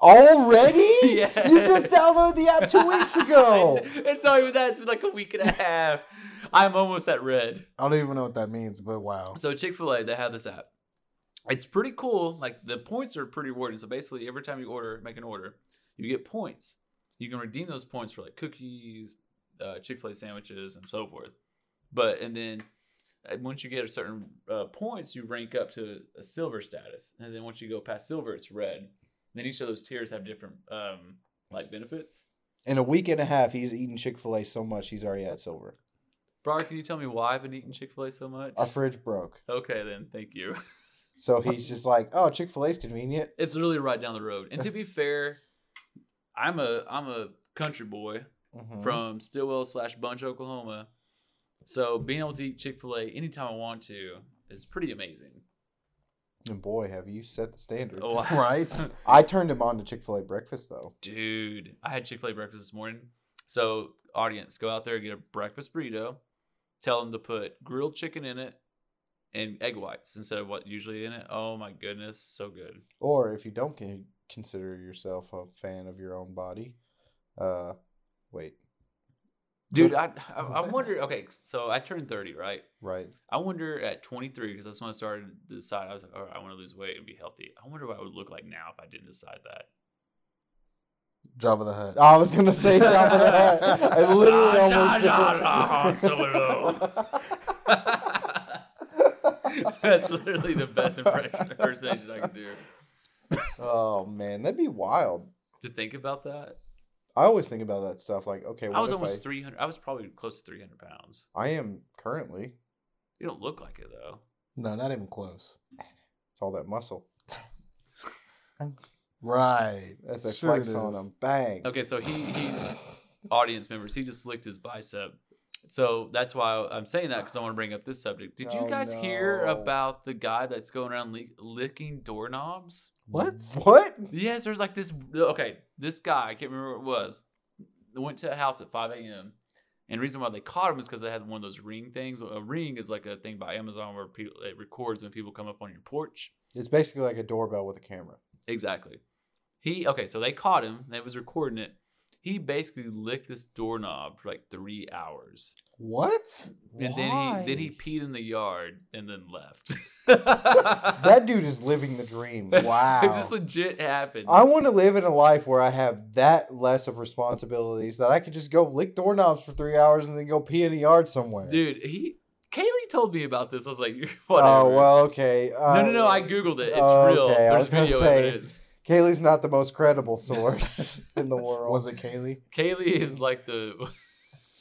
Already?
Yeah.
[laughs] You just downloaded the app two
[laughs]
weeks ago.
it's not even that. It's been like a week and a half. I'm almost at red.
Bull. I don't even know what that means, but wow.
So Chick Fil A, they have this app. It's pretty cool. Like the points are pretty rewarding. So basically, every time you order, make an order, you get points. You can redeem those points for like cookies, uh, Chick Fil A sandwiches, and so forth. But and then uh, once you get a certain uh, points, you rank up to a silver status, and then once you go past silver, it's red. Then each of those tiers have different um, like benefits.
In a week and a half, he's eaten Chick Fil A so much he's already at silver.
Brock, can you tell me why I've been eating Chick Fil A so much?
Our fridge broke,
Okay, then thank you.
so he's just like, "Oh, Chick Fil A's convenient."
It's literally right down the road. And to
[laughs]
be fair, I'm a I'm a country boy
Mm-hmm.
Mhm.
from Stillwell slash Bunch, Oklahoma. So being able to eat Chick Fil A anytime I want to is pretty
[laughs]
amazing.
And boy, have you set the standard.
Oh, I-
Right?
I turned him on to Chick Fil A breakfast though.
[laughs] Dude, I had Chick Fil A breakfast this morning. So audience, go out there get a breakfast burrito. Tell them to put grilled chicken in it and egg whites instead of what usually in it. Oh my goodness, so good.
Or if you don't con- consider yourself a fan of your own body, uh, wait,
Dude, I I, I
What?
wonder. Okay, so I turned thirty, right?
right?
I wonder at 23 because that's when I started to decide. I was like, all right, I want to lose weight and be healthy. I wonder what I would look like now if I didn't decide
[laughs]
that.
Jabba the Hutt.
Oh, I was gonna say top of the hat. I
[laughs]
literally
Ah,
almost
ja, ja,
did.
ja, Solo. [laughs] that's literally the best impression [laughs] impersonation I could do.
[laughs] Oh man, that'd be wild.
To think about that,
I always think about that stuff. Like, okay, what
I was
if
almost
I,
300. I was probably close to 300 pounds.
I am currently.
You don't look like it though.
No, not even close.
It's all that muscle.
Right.
That's a
Sure
flex
it
on
is.
them. Bang.
Okay, so he, he audience members, he just licked his bicep. So that's why I'm saying that because I want to bring up this subject. Did
Oh,
you guys hear
no.
about the guy that's going around lick licking doorknobs?
What?
What?
Yes, there's like this. Okay, this guy I can't remember what it was. Went to a house at 5 a.m. And the reason why they caught him is because they had one of those ring things. A ring is like a thing by Amazon where people, it records when people come up on your porch.
It's basically like a doorbell with a camera.
Exactly. He okay, so they caught him. They was recording it. He basically licked this doorknob for like three hours,
What?
and
Why?
then he then he peed in the yard and then
[laughs]
left. [laughs]
That dude is living the dream.
this
Wow.
legit happened.
I want to live in a life where I have that less of responsibilities that I could just go lick doorknobs for three hours and then go pee in a yard somewhere.
Dude, he Kaylee told me about this. I was like, "You're whatever."
oh well, okay. Uh,
no, no, no. I googled it. It's
oh,
real.
okay, I was
There's
gonna
video
say-
evidence.
[laughs] Kaylee's not the
[laughs]
most credible source in the world.
Was it Kaylee?
Kaylee is like the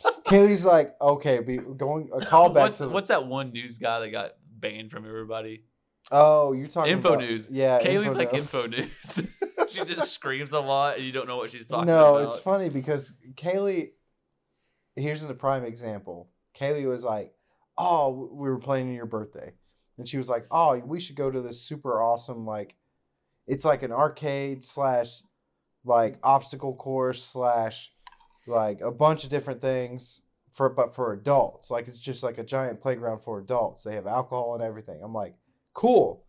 [laughs]
Kaylee's like, okay, be going a callback
what's,
to the,
what's that one news guy that got banned from everybody?
oh, you're talking
Info
about-
news.
Yeah,
Kaylee's like
Uh, news.
info news. [laughs]
[laughs]
she just screams a lot, and you don't know what she's talking
no,
about.
it's funny because Kaylee. Here's a prime example. Kaylee was like, "Oh, we were planning your birthday," and she was like, "Oh, we should go to this super awesome like, it's like an arcade slash, like obstacle course slash, like a bunch of different things for but for adults. Like it's just like a giant playground for adults. They have alcohol and everything." I'm like, "Cool,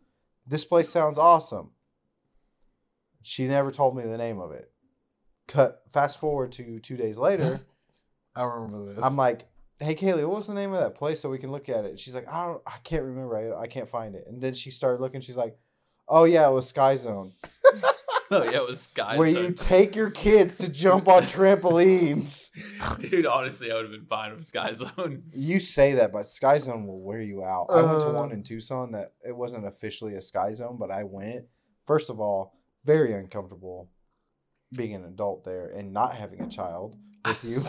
this place sounds awesome." She never told me the name of it. Cut. Fast forward to two days
[laughs]
later.
I remember this.
I'm like, hey Kaylee, what's the name of that place so we can look at it? She's like, I don't, I can't remember. I, I can't find it. And then she started looking. She's like, oh yeah, it was Sky Zone,
[laughs] Oh yeah, it was Sky
where
Zone.
you take your kids to jump on trampolines.
Dude, honestly, I would have been fine with Sky Zone.
You say that, but Sky Zone will wear you out. I went to
Uh.
one in Tucson that it wasn't officially a Sky Zone, but I went. First of all, very uncomfortable being an adult there and not having a child with you.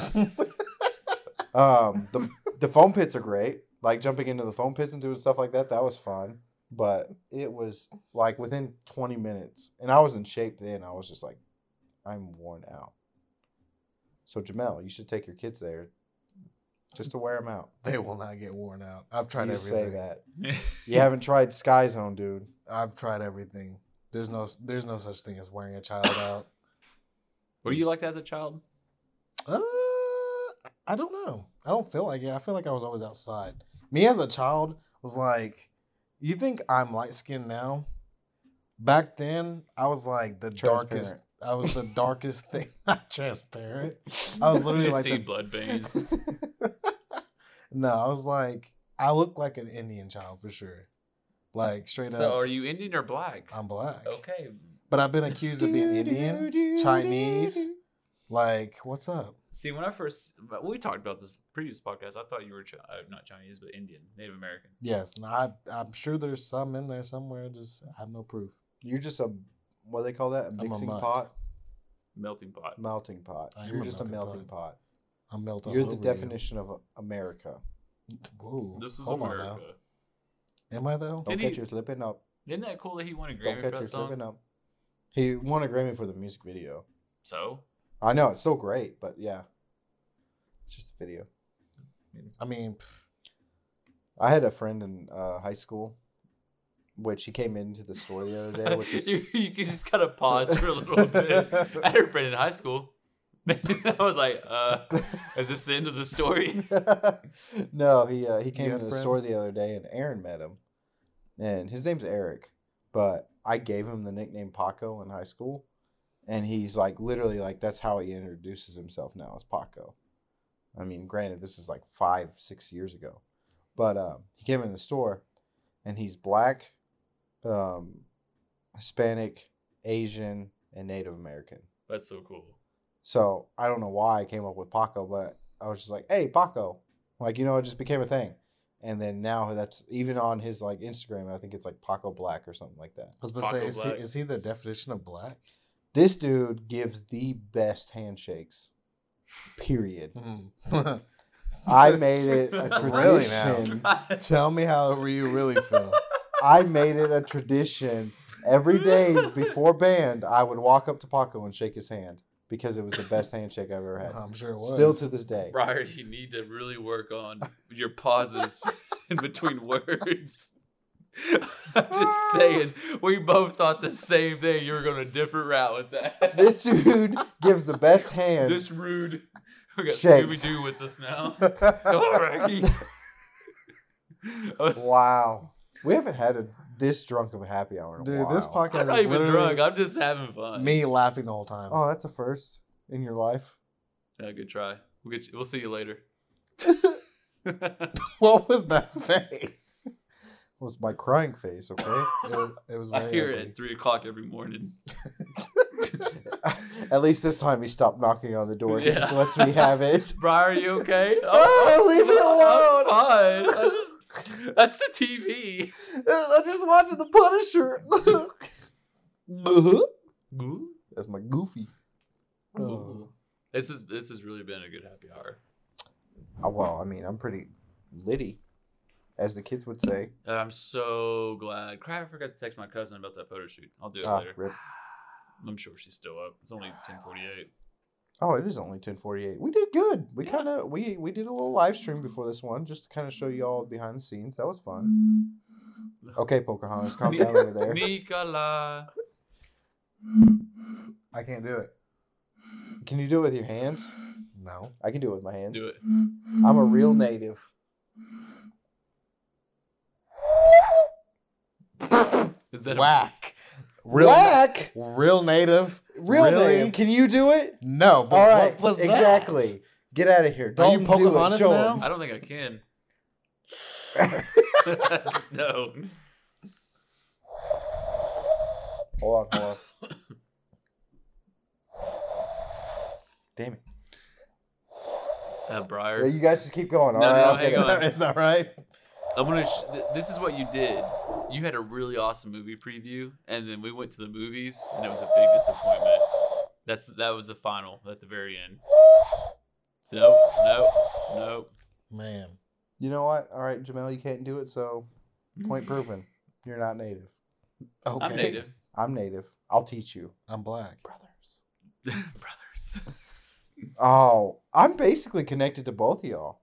um, the the foam pits are great. Like jumping into the foam pits and doing stuff like that, that was fun. But it was like within 20 minutes, and I was in shape then. I was just like, I'm worn out. So Jamel, you should take your kids there, just to wear them out
they will not get worn out. I've tried
you
everything.
say that. You haven't tried Sky Zone, dude.
I've tried everything. There's no there's no such thing as wearing a child out.
[laughs] Were you like that as a child?
[coughs] Uh, I don't know. I don't feel like it. I feel like I was always outside. Me as a child was like, you think I'm light skinned now? Back then, I was like the darkest.
Transparent.
I was the darkest [laughs] thing. Not transparent. I was literally
You
like
see
the-
blood
[laughs]
veins.
no, I was like, I look like an Indian child for sure. Like straight
so,
up,
are you Indian or black?
I'm black.
okay.
But I've been accused of being Indian, Chinese. Like, what's up?
See, when I first but we talked about this previous podcast, I thought you were Chi- uh, not Chinese but Indian, Native American.
Yes, and I, I'm sure there's some in there somewhere. Just I have no proof.
You're just a what do they call that? A
a
mixing
mutt.
pot,
Melting pot.
melting pot.
I am
You're
a
just a
melting
melting pot.
I'm melting.
You're the definition of America.
Whoa,
This is
Mm, hold on
America.
now. Am I though?
Don't
Did
catch
he-
you slipping up.
Isn't that cool that he won a
Don't
Grammy for
catch
that
you
song?
slipping up. He won a Grammy for the music video.
So,
I know it's so great, but yeah, it's just a video.
I mean, pff,
I had a friend in uh, high school, which he came into the store the other
[laughs]
day with this.
you, you just gotta pause for a
[laughs]
little bit. I had a friend in high school. [laughs] I was like, uh, is this the end of the story? [laughs]
[laughs] no, he uh, he came
had
into the store
friends?
the other day, and Aaron met him, and his name's Eric, but I gave him the nickname Paco in high school, and he's like literally like that's how he introduces himself now as Paco. I mean, granted, this is like five six years ago, but um, he came in the store, and he's black, um, Hispanic, Asian, and Native American.
That's so cool.
So I don't know why I came up with Paco, but I was just like, hey, Paco. Like, you know, it just became a thing. And then now that's even on his like Instagram, I think it's like Paco Black or something like that.
I was about
Paco
to say, is he,
Black.
is he the definition of black?
This dude gives the best handshakes. Period.
Hmm.
I made it a
Really now?
tradition.
[laughs]
[laughs]
Tell me how you really
[laughs]
feel.
I made it a tradition. Every day before band, I would walk up to Paco and shake his hand because it was the best handshake I've ever had.
I'm sure Uh-huh. it was.
Still to this day.
Briar, you need to really work on your
[laughs]
pauses in between words. I'm just saying, we both thought the same thing. You were going a different route with that.
This dude gives the best hand.
This rude. We got
Shakes.
Scooby Doo with us
[laughs]
now. Come on, Rocky. I
Wow. We haven't had a this drunk of a happy hour in a
Dude,
while.
this podcast
am
is
not even
literally
drunk. I'm just having fun.
me laughing the whole time.
Oh, that's a first in your life.
Yeah, good try. We'll get you, We'll see you later.
[laughs] What was
[laughs]
that [laughs] face?
was my crying face, okay? [laughs]
It was. It was. Very
I hear it
ugly.
at three o'clock every morning.
At least this time he stopped knocking on the door. He just
Yeah.
lets me have it.
[laughs]
[laughs]
Briar, are you okay?
Oh, [laughs] leave me alone.
I'm fine. I just, that's the TV.
[laughs] I just watched The Punisher. [laughs] Uh-huh. that's my goofy. Oh.
Um, This is this has really been a good happy hour.
Uh, well, I mean, I'm pretty litty, as the kids would say.
And I'm so glad. Crap, I forgot to text my cousin about that photo shoot. I'll do it
Ah,
later.
rip.
I'm sure she's still up. It's only 10:48.
Oh, it is only ten forty eight. We did good. We
Yeah.
kind of we we did a little live stream before this one, just to kind of show you all behind the scenes. That was fun.
Mm-hmm.
Okay,
[laughs]
Pocahontas, calm down over [sighs] there.
Nicola.
I can't do it.
Can you do it with your hands?
No.
I can do it with my hands.
Do it.
I'm a real native.
Is that a-
[laughs]
Whack. Real,
Whack?
real native.
Real
Really?
name. Can you do it?
No, but
All right.
what was that? [laughs]
exactly. Get out of here. Don't
you
do it.
Pocahontas
Show
now?
'em.
I don't think I
[laughs]
can. [laughs] no.
Hold on,
[laughs]
hold on. Damn it.
Uh,
Yeah,
Briar.
you guys just keep going.
No,
All right.
no,
I'll
hang
fix
on.
it.
Is that right?
I'm gonna. Sh- th- this is what you did. You had a really awesome movie preview, and then we went to the movies, and it was a big disappointment. That's that was the final at the very end. So no, no,
Man.
You know what? All right, Jamel, you can't do it, so
[laughs]
point proven. You're not native.
Okay.
I'm native,
I'm native. I'll teach you.
I'm black.
Brothers.
[laughs] brothers.
Oh, I'm basically connected to both of y'all.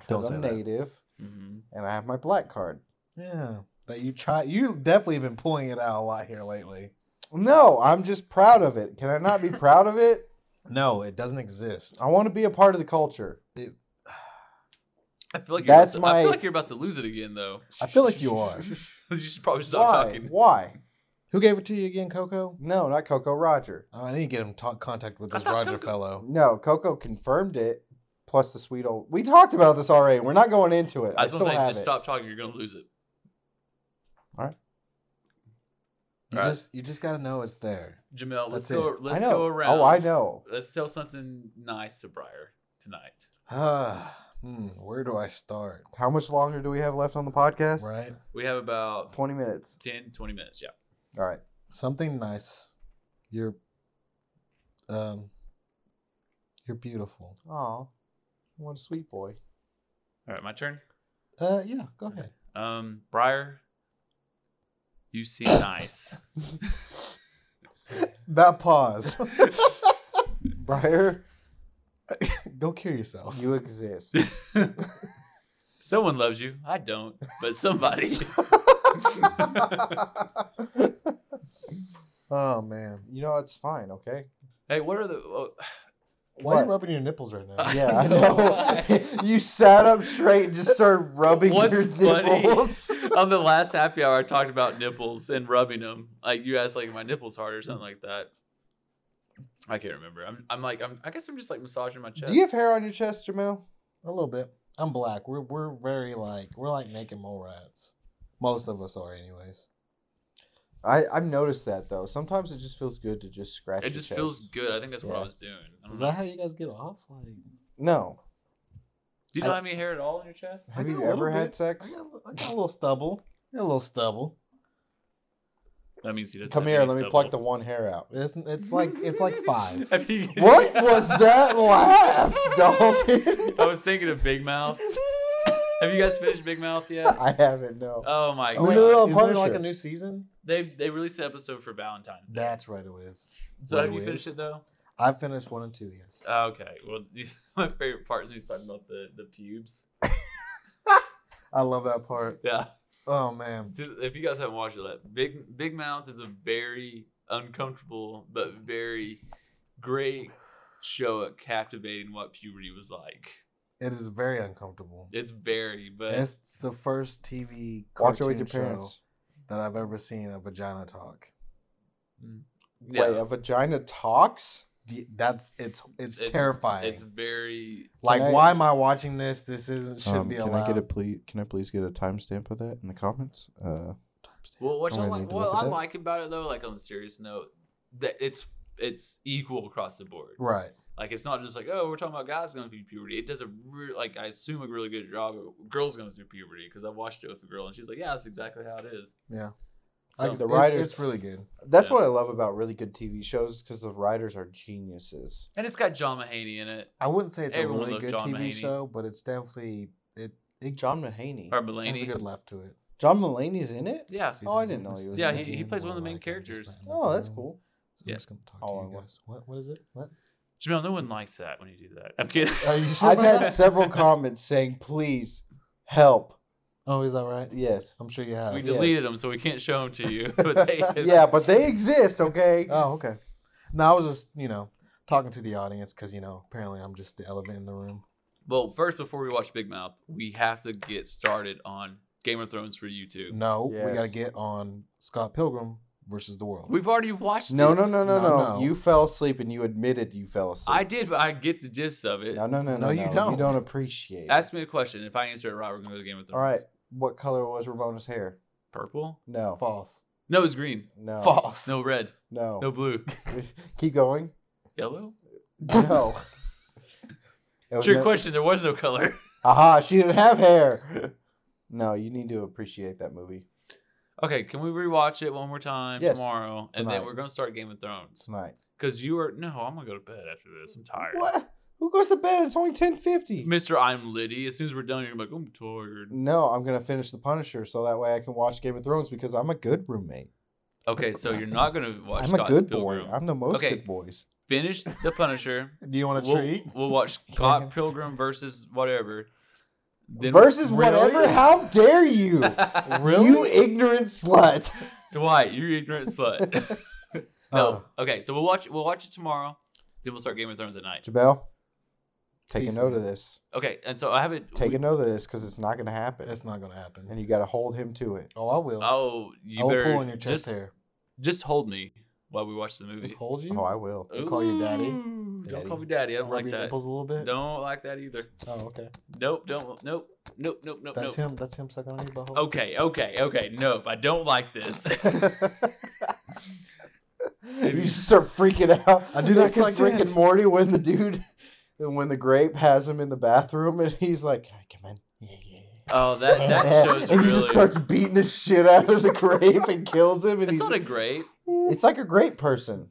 'Cause
Don't say
I'm
that.
native
hmm
and I have my black card.
Yeah. That you try you definitely been pulling it out a lot here lately.
No, I'm just proud of it. Can I not be proud of it?
No, it doesn't exist.
I want to be a part of the culture.
I feel like
That's
you're about to, I
my-
feel like you're about to lose it again, though.
I feel like you are.
[laughs] you should probably stop
Why?
talking.
Why?
Who gave it to you again, Coco?
No, not Coco Roger.
Oh, I need to get him ta- contact with
I
this
thought
Roger
Coco-
fellow.
No, Coco confirmed it. Plus the sweet old. We talked about this already. We're not going into it. I,
I was
still
gonna say,
have
just
it.
stop talking. You're gonna lose it.
You
Alright.
just you just gotta know it's there. [sighs]
Jamel, let's
That's
go.
it.
Let's
I know.
go around.
Oh, I know.
Let's tell something nice to Briar tonight.
Ah, hmm, where do I start?
How much longer do we have left on the podcast?
Right?
We have about
20 minutes.
10, 20 minutes. Yeah.
All right.
Something nice. You're um you're beautiful.
Oh, what a sweet boy.
All right, my turn.
Uh yeah, go ahead.
Um, Briar, you
[coughs]
seem nice. [laughs]
That pause.
Briar,
go kill yourself.
you [laughs] exist.
Someone loves you. I don't, but
[laughs]
somebody.
Oh man.
you know, it's fine, okay?
hey, what are the? Oh,
Why are you
What?
rubbing your nipples right now?
[laughs] Yeah, I
So
know. [laughs] you sat up straight and just started rubbing
What's
your
funny- [laughs]
nipples.
on the last happy hour, I talked about nipples and rubbing them. Like you asked, like my nipples hard or something like that. I can't remember. I'm, I'm like, I'm, I guess I'm just like massaging my chest.
Do you have hair on your chest, Jamel?
A little bit. I'm black. We're we're very like we're like naked mole rats. Most of us are, anyways.
I, I've noticed that though. Sometimes it just feels good to just scratch.
it
your
just
chest.
feels good. I think that's what I
Yeah.
was doing. I don't
Is
know.
that how you guys get off? Like,
No.
Do you not have any hair at all on your chest?
Have
I got
you
a little
ever had
bit. I
sex?
got, I got a little stubble. I got a little stubble.
That means he doesn't.
Come
have
here,
any
let me
stubble.
pluck the one hair out.
It's it's like
[laughs]
it's like five.
I mean,
[laughs]
[laughs]
What was that laugh, [laughs] Dalton?
I was thinking of Big Mouth.
Oh,
Have you guys finished Big Mouth
[laughs]
yet?
I haven't no.
Oh my
Oh,
god!
wait, no, no,
is there like
Punisher.
a new season?
They they released an episode for Valentine's. Day.
That's right. It is.
so
what
have
it
you finished
is.
it though?
I finished one and two. Yes.
Oh, okay. Well, [laughs] my favorite part is when he's talking about the the pubes.
I love that part.
Yeah. [laughs]
Oh man.
So If you guys haven't watched it, yet, Big Big Mouth is a very uncomfortable but very great show at captivating what puberty was like.
It is very uncomfortable.
It's very, but
It's the first TV
Watch it with your
cartoon show
parents.
that I've ever seen a vagina talk.
yeah,
Wait, a vagina talks?
D- That's it's it's,
It's-
terrifying.
it's very.
Like,
I-
why am I watching this? This isn't shouldn't be allowed.
please? Can Um, I please get a timestamp of that in the comments? Uh,
Well, what's
Oh,
I
I need
like,
to
what
look at
I
that.
like about it though, like on a serious note, that it's it's equal across the board.
right.
Like it's not just like oh we're talking about guys going through puberty. It does a real like I assume a really good job of girls going through puberty because I watched it with a girl and she's like yeah that's exactly how it is.
Yeah.
So,
I,
The
the
writers-
it's, really good.
that's
Yeah.
what I love about really good TV shows because the writers are geniuses.
and it's got John Mulaney in it
I wouldn't say it's
Everyone
a really
loves
good
John
TV
Mulaney.
show, but it's definitely it it
John Mulaney.
or
has a
Mulaney.
good left to it.
John Mulaney's in it?
yeah,
See,
Oh, I
that-
didn't know
that's
he was
the
Yeah,
in
he-
it.
he
game
plays
where,
one of the main
like, I'm just
characters.
playing
Oh,
the
that's
game.
[laughs] cool.
So I'm
Yeah.
just gonna talk
Oh,
to
I
you
was-
guys. What what is it? What?
Jamel, no one likes that when you do that. I'm kidding.
Are you sure
I've
about
had
that?
several comments saying, please help.
Oh, is that right?
Yes.
I'm sure you have.
[laughs] we
did-
deleted them so we can't show them to you. [laughs] But
[laughs]
they,
Yeah, but they exist, okay?
Oh, okay. No, I was just you know talking to the audience because you know apparently I'm just the elephant in the room.
Well, first before we watch Big Mouth, we have to get started on Game of Thrones for YouTube.
No, we gotta
Yes.
get on Scott Pilgrim versus the world.
We've already watched
No,
it.
no, no, no,
No,
no,
no.
You fell asleep and you admitted you fell asleep.
I did, but I get the gist of it.
no, no, no, no,
No, you
no.
don't.
You don't appreciate.
Ask me a question. If I answer it right, we're going to go to Game of
All
Thrones.
right. What color was Ramona's hair?
Purple?
No.
False.
No, it's green.
Oh. No.
False.
No red. [laughs]
No.
No blue.
[laughs] Keep going.
Yellow? [laughs]
No. It was
It's your
no-
question. There was no color. [laughs]
Aha! She didn't have hair. No, you need to appreciate that movie
Okay, can we rewatch it one more time
Yes.
tomorrow? And then
Tonight.
we're going to start Game of Thrones.
tonight.
Because you are. No, I'm going to go to bed after this. I'm tired.
What? Who goes to bed? It's only ten fifty.
Mr. I'm Liddy. As soon as we're done, you're going to be like, I'm tired.
No, I'm gonna finish The Punisher so that way I can watch Game of Thrones because I'm a good roommate.
Okay, so you're not going
[laughs]
to watch
I'm a
Scott's
good
Pilgrim.
boy. I'm the most
Okay.
good boys.
Finish The Punisher.
[laughs]
Do you want a
we'll,
treat?
we'll watch Scott Pilgrim versus whatever. Then
Versus
Really?
whatever. How dare you?
Really?
You ignorant slut.
[laughs] Dwight, you ignorant slut. [laughs]
Uh,
Oh.
no. Okay, so we'll watch we'll watch it tomorrow. Then we'll start Game of Thrones at night.
Jabel, take a
cease
note
and-
of this.
Okay, and so I haven't
Take
we-
a note of this because it's not gonna happen,
That's not gonna
and
happen.
you got to hold him to it.
Oh, I will. I'll,
Oh, you
pull
better
on your chest
just
hair.
just hold me while we watch the movie.
Hold you.
Oh, I will.
Uh,
You call you daddy?
Ooh, Don't
Daddy.
call me daddy. I don't
Rub
like
your
that.
nipples a little bit.
Don't like that either.
Oh, okay.
Nope. Don't. Nope. Nope. Nope. Nope.
That's
nope.
him. That's him sucking on your butthole.
Okay. Okay. Okay. Nope. I don't like
[laughs]
this.
[laughs] you just start freaking out.
I do not
It's like Rick
consent.
and Morty when the dude, [laughs] when the grape has him in the bathroom, and he's like, "Can I come in?" Yeah, yeah.
Oh, that
[laughs]
that
yeah."
show's
and
really.
he just starts beating the shit out of the grape and kills him. And
it's
he's,
not a grape.
it's like a grape
[laughs]
person,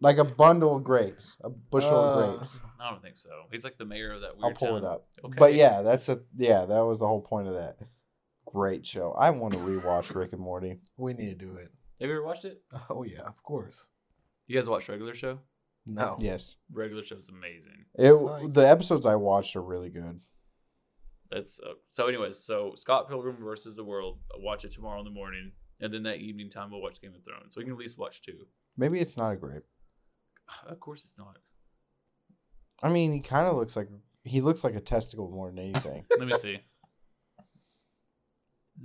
like a bundle of grapes, a bushel
Uh,
of grapes.
I don't think so. He's like the mayor of that
I'll
weird
pull it
town.
up.
Okay.
But yeah, that's a yeah. That was the whole point of that. Great show. I want to rewatch Rick and Morty.
We need to do it.
Have you ever watched it?
Oh yeah, of course.
You guys watch regular show?
No.
Yes,
Regular show's amazing.
it.
Psych.
The episodes I watched are really good.
That's uh, so. Anyways, so Scott Pilgrim versus the World. Watch it tomorrow in the morning, and then that evening time we'll watch Game of Thrones. So we can at least watch two. [sighs]
Maybe it's not a grape.
Of course, it's not.
I mean, he kind of looks like he looks like a testicle more than anything.
Let me
[laughs]
see.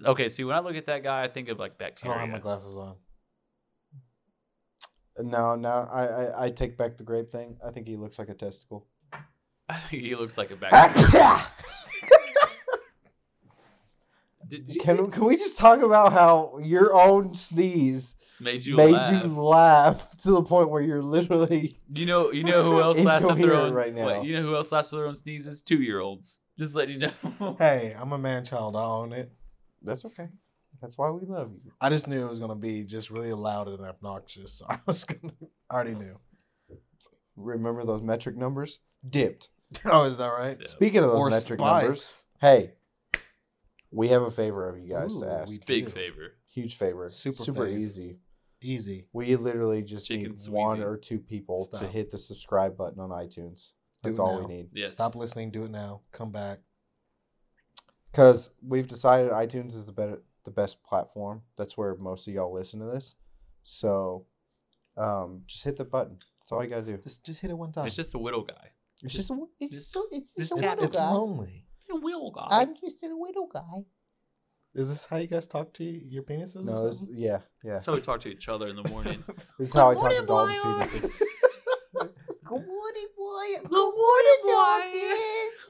Okay, see when I look at that guy, I think of like
I
Oh,
bacteria.
don't have my glasses on.
no, no, I, I I take back the grape thing. I think he looks like a
[laughs]
testicle.
[laughs] I think he looks like a bacteria.
can
Did you, [laughs]
[laughs] can we just talk about how your own sneeze
made you
made
laugh.
you
You,
laugh [laughs] to the point where you're literally
know, you know who else laughs at their
Incoherent
own
right now.
Wait, you know who else laughs at their own sneezes? Two year olds. Just letting you know. [laughs]
Hey, I'm a man child. I own it.
That's okay. That's why we love you.
I just knew it was gonna be just really loud and obnoxious. So [laughs] I was gonna. I already knew. [laughs]
Remember those metric numbers? Dipped.
Oh, is that right?
Yeah.
Speaking of those
Or
metric numbers,
spikes.
hey, we have a favor of you guys
Ooh,
to ask.
we-
Big
Ew.
favor.
Huge favor.
Super
super
fave.
easy.
Easy.
We literally just
Chicken
need
Sweezy.
one or two people
Stop.
to hit the subscribe button on iTunes.
Do
That's
it
all
now.
we need.
Yes.
Stop listening. Do it now. Come back.
Because we've decided iTunes is the better, the best platform. That's where most of y'all listen to this. So, um, just hit the button. That's all you gotta do.
Just, just hit it one time.
It's just a whittle guy.
It's just, a, it's
just-
just, a- it's
just tap
just a little
it's, it's
guy.
lonely.
A whittle guy.
I'm just a little guy.
Is this how you guys talk to your penises?
No,
or
this,
something?
yeah, yeah.
That's how we talk to each other in the
[laughs]
morning.
This is how I
Good
talk to dogs.
morning,
people.
Good morning, boy.
[laughs] morning,
Good morning, boy.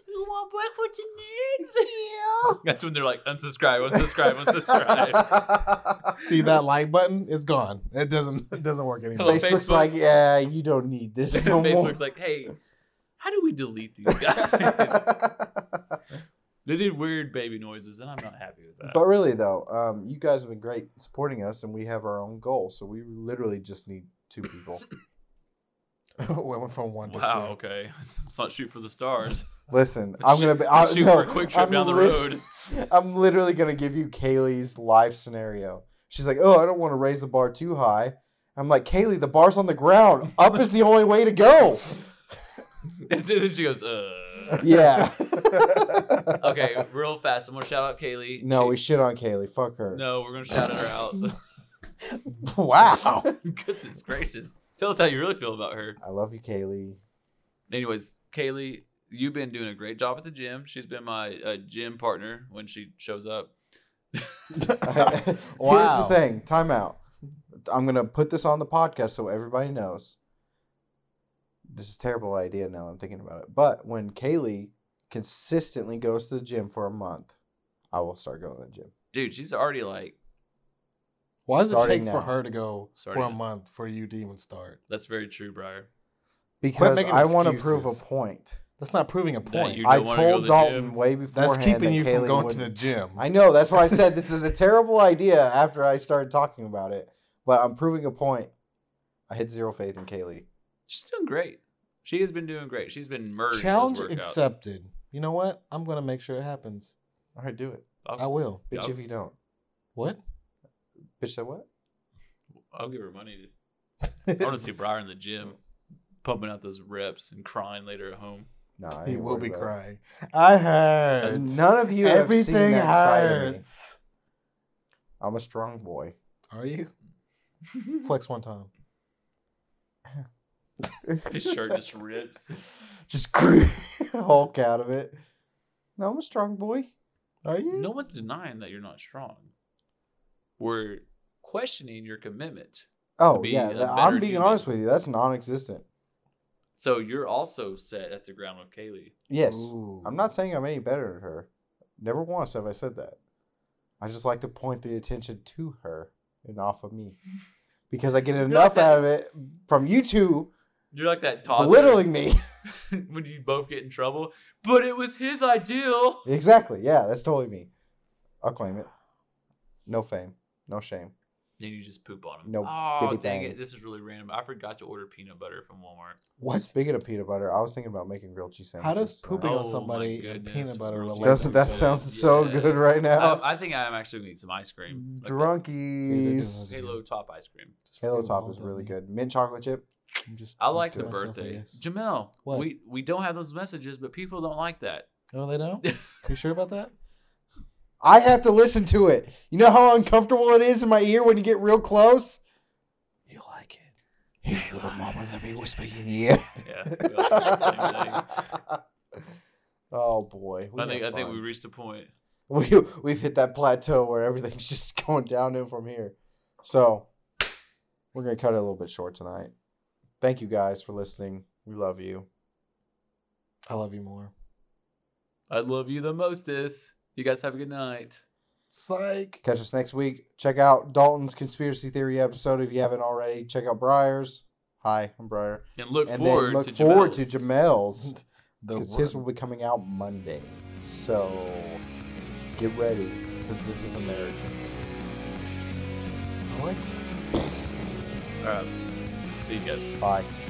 You want breakfast and eggs? Yeah.
[laughs] That's when they're like, unsubscribe, unsubscribe,
[laughs]
unsubscribe.
See that like button? It's gone. It doesn't. [laughs] It doesn't
[laughs]
work anymore.
Hello.
Facebook's
Facebook.
like, yeah, you don't need
[laughs]
this no more.
Facebook's like, hey, how do we delete these [laughs]
[laughs]
guys? they did weird baby noises, and I'm not happy with that.
but really, though, um, you guys have been great supporting us, and we have our own goal. So we literally just need
[coughs]
two people.
we went from one to
wow,
two.
okay. [laughs] Let's not shoot for the stars.
Listen, I'm gonna be. [laughs] I,
Let's shoot
no,
for a quick trip
I'm
down the
lit-
road. [laughs]
I'm literally gonna give you Kaylee's life scenario. She's like, "Oh, I don't want to raise the bar too high." I'm like, "Kaylee, the bar's on the ground. Up is the only way
[laughs]
to go."
And so then she goes, uh.
Yeah.
Okay, real fast. I'm going to shout out Kaylee.
[laughs] No, we
She-
shit on Kaylee. Fuck [laughs] her.
no, we're going to shout her out. [laughs]
Wow.
Goodness gracious. Tell us how you really feel about her.
I love you, Kaylee.
anyways, Kaylee, you've been doing a great job at the gym. She's been my uh, gym partner
[laughs]
when she shows up.
[laughs] Here's the
Wow.
thing. Timeout. I'm gonna put this on the podcast so everybody knows. This is a terrible idea now that I'm thinking about it. But when Kaylee consistently goes to the gym for a month, I will start going to the gym.
Dude, she's already like,
Why does it
Starting
take
now.
for her to go
Starting
for a
now.
month for you to even start?
that's very true, Briar.
Because
making
I want to prove a
excuses.
point.
That's not proving a point.
you-
I
don't wanna go to
told
the
Dalton
gym?
way before.
That's keeping you from going to the gym.
I know. That's why I
[laughs]
said this is a terrible idea after I started talking about it. But I'm proving a point. I had zero faith in Kaylee.
She's doing great. She has been doing great. She's been murdering.
Challenge
those workouts.
accepted. You know what? I'm gonna make sure it happens.
All right, do it.
I'll,
I will.
Bitch,
Yup.
if you don't.
What?
Bitch said what?
I'll give her money. To, I
[laughs]
want to see Briar in the gym, pumping out those reps and crying later at home.
No, I
he
ain't
will
worried
be
about it.
crying. I heard.
None of you
Everything
have seen that side of me.
hurts.
I'm a strong boy. [laughs]
Are you? Flex one time.
His shirt
[laughs]
just rips.
[laughs] Just [laughs] Hulk out of it. No, I'm a strong boy.
Are you?
No one's denying that you're not strong. We're questioning your commitment.
Oh
be
yeah,
a
tha-
better
I'm being
human.
honest with you. That's non-existent.
So you're also set at the ground of Kaylee.
Yes,
Ooh.
I'm not saying I'm any better than her. Never once have I said that. I just like to point the attention to her and off of me, because I get enough out of it from you two
You're like that toddler.
belittling me.
[laughs] when you both get in trouble. But it was his ideal.
Exactly. Yeah, that's totally me. I'll claim it. No fame, no shame.
Then you just poop on him.
No
Oh,
bitty
dang
bang.
it. This is really random. I forgot to order peanut butter from Walmart.
[laughs]
What?
Speaking of peanut butter, I was thinking about making grilled cheese sandwiches.
How does pooping
Oh
on
my
somebody and
goodness,
peanut butter
Rosie.
relate?
Doesn't
to
that
each other?
sound so good
Yes. Oh,
right now?
I, I think I'm actually going to eat some ice cream. Like
Drunkies.
the Halo top ice cream.
Just
Halo
feel
Top
all
is
done
really
me.
good. Mint chocolate chip.
I'm just-
I
I'm
like the
doing myself a
birthday.
yes.
Jamel,
What?
we we don't have those messages, but people don't like
[laughs]
that.
Oh,
[laughs]
they don't. You sure about that?
I have to listen to it. You know how uncomfortable it is in my ear when you get real close?
You like it.
Hey, little mama, let me whisper you in the ear.
Yeah. we all have the same thing.
[laughs] oh, boy.
I think I
had
think we
fun.
reached a point.
[laughs] we, we've hit that plateau where everything's [laughs] just going downhill from here. So we're going to cut it a little bit short tonight. Thank you guys for listening. We love you.
I love you more.
I love you the mostest. You guys have a good night.
Psych. [laughs]
Catch us next week. Check out Dalton's conspiracy theory episode if you haven't already. Check out Briar's. Hi, I'm Briar.
And look
And
forward
then look
to
forward
Jamel's.
to Jamel's
[laughs]
The
because his will be coming out Monday. So get ready because this is American.
I like
All right. See you guys.
Bye.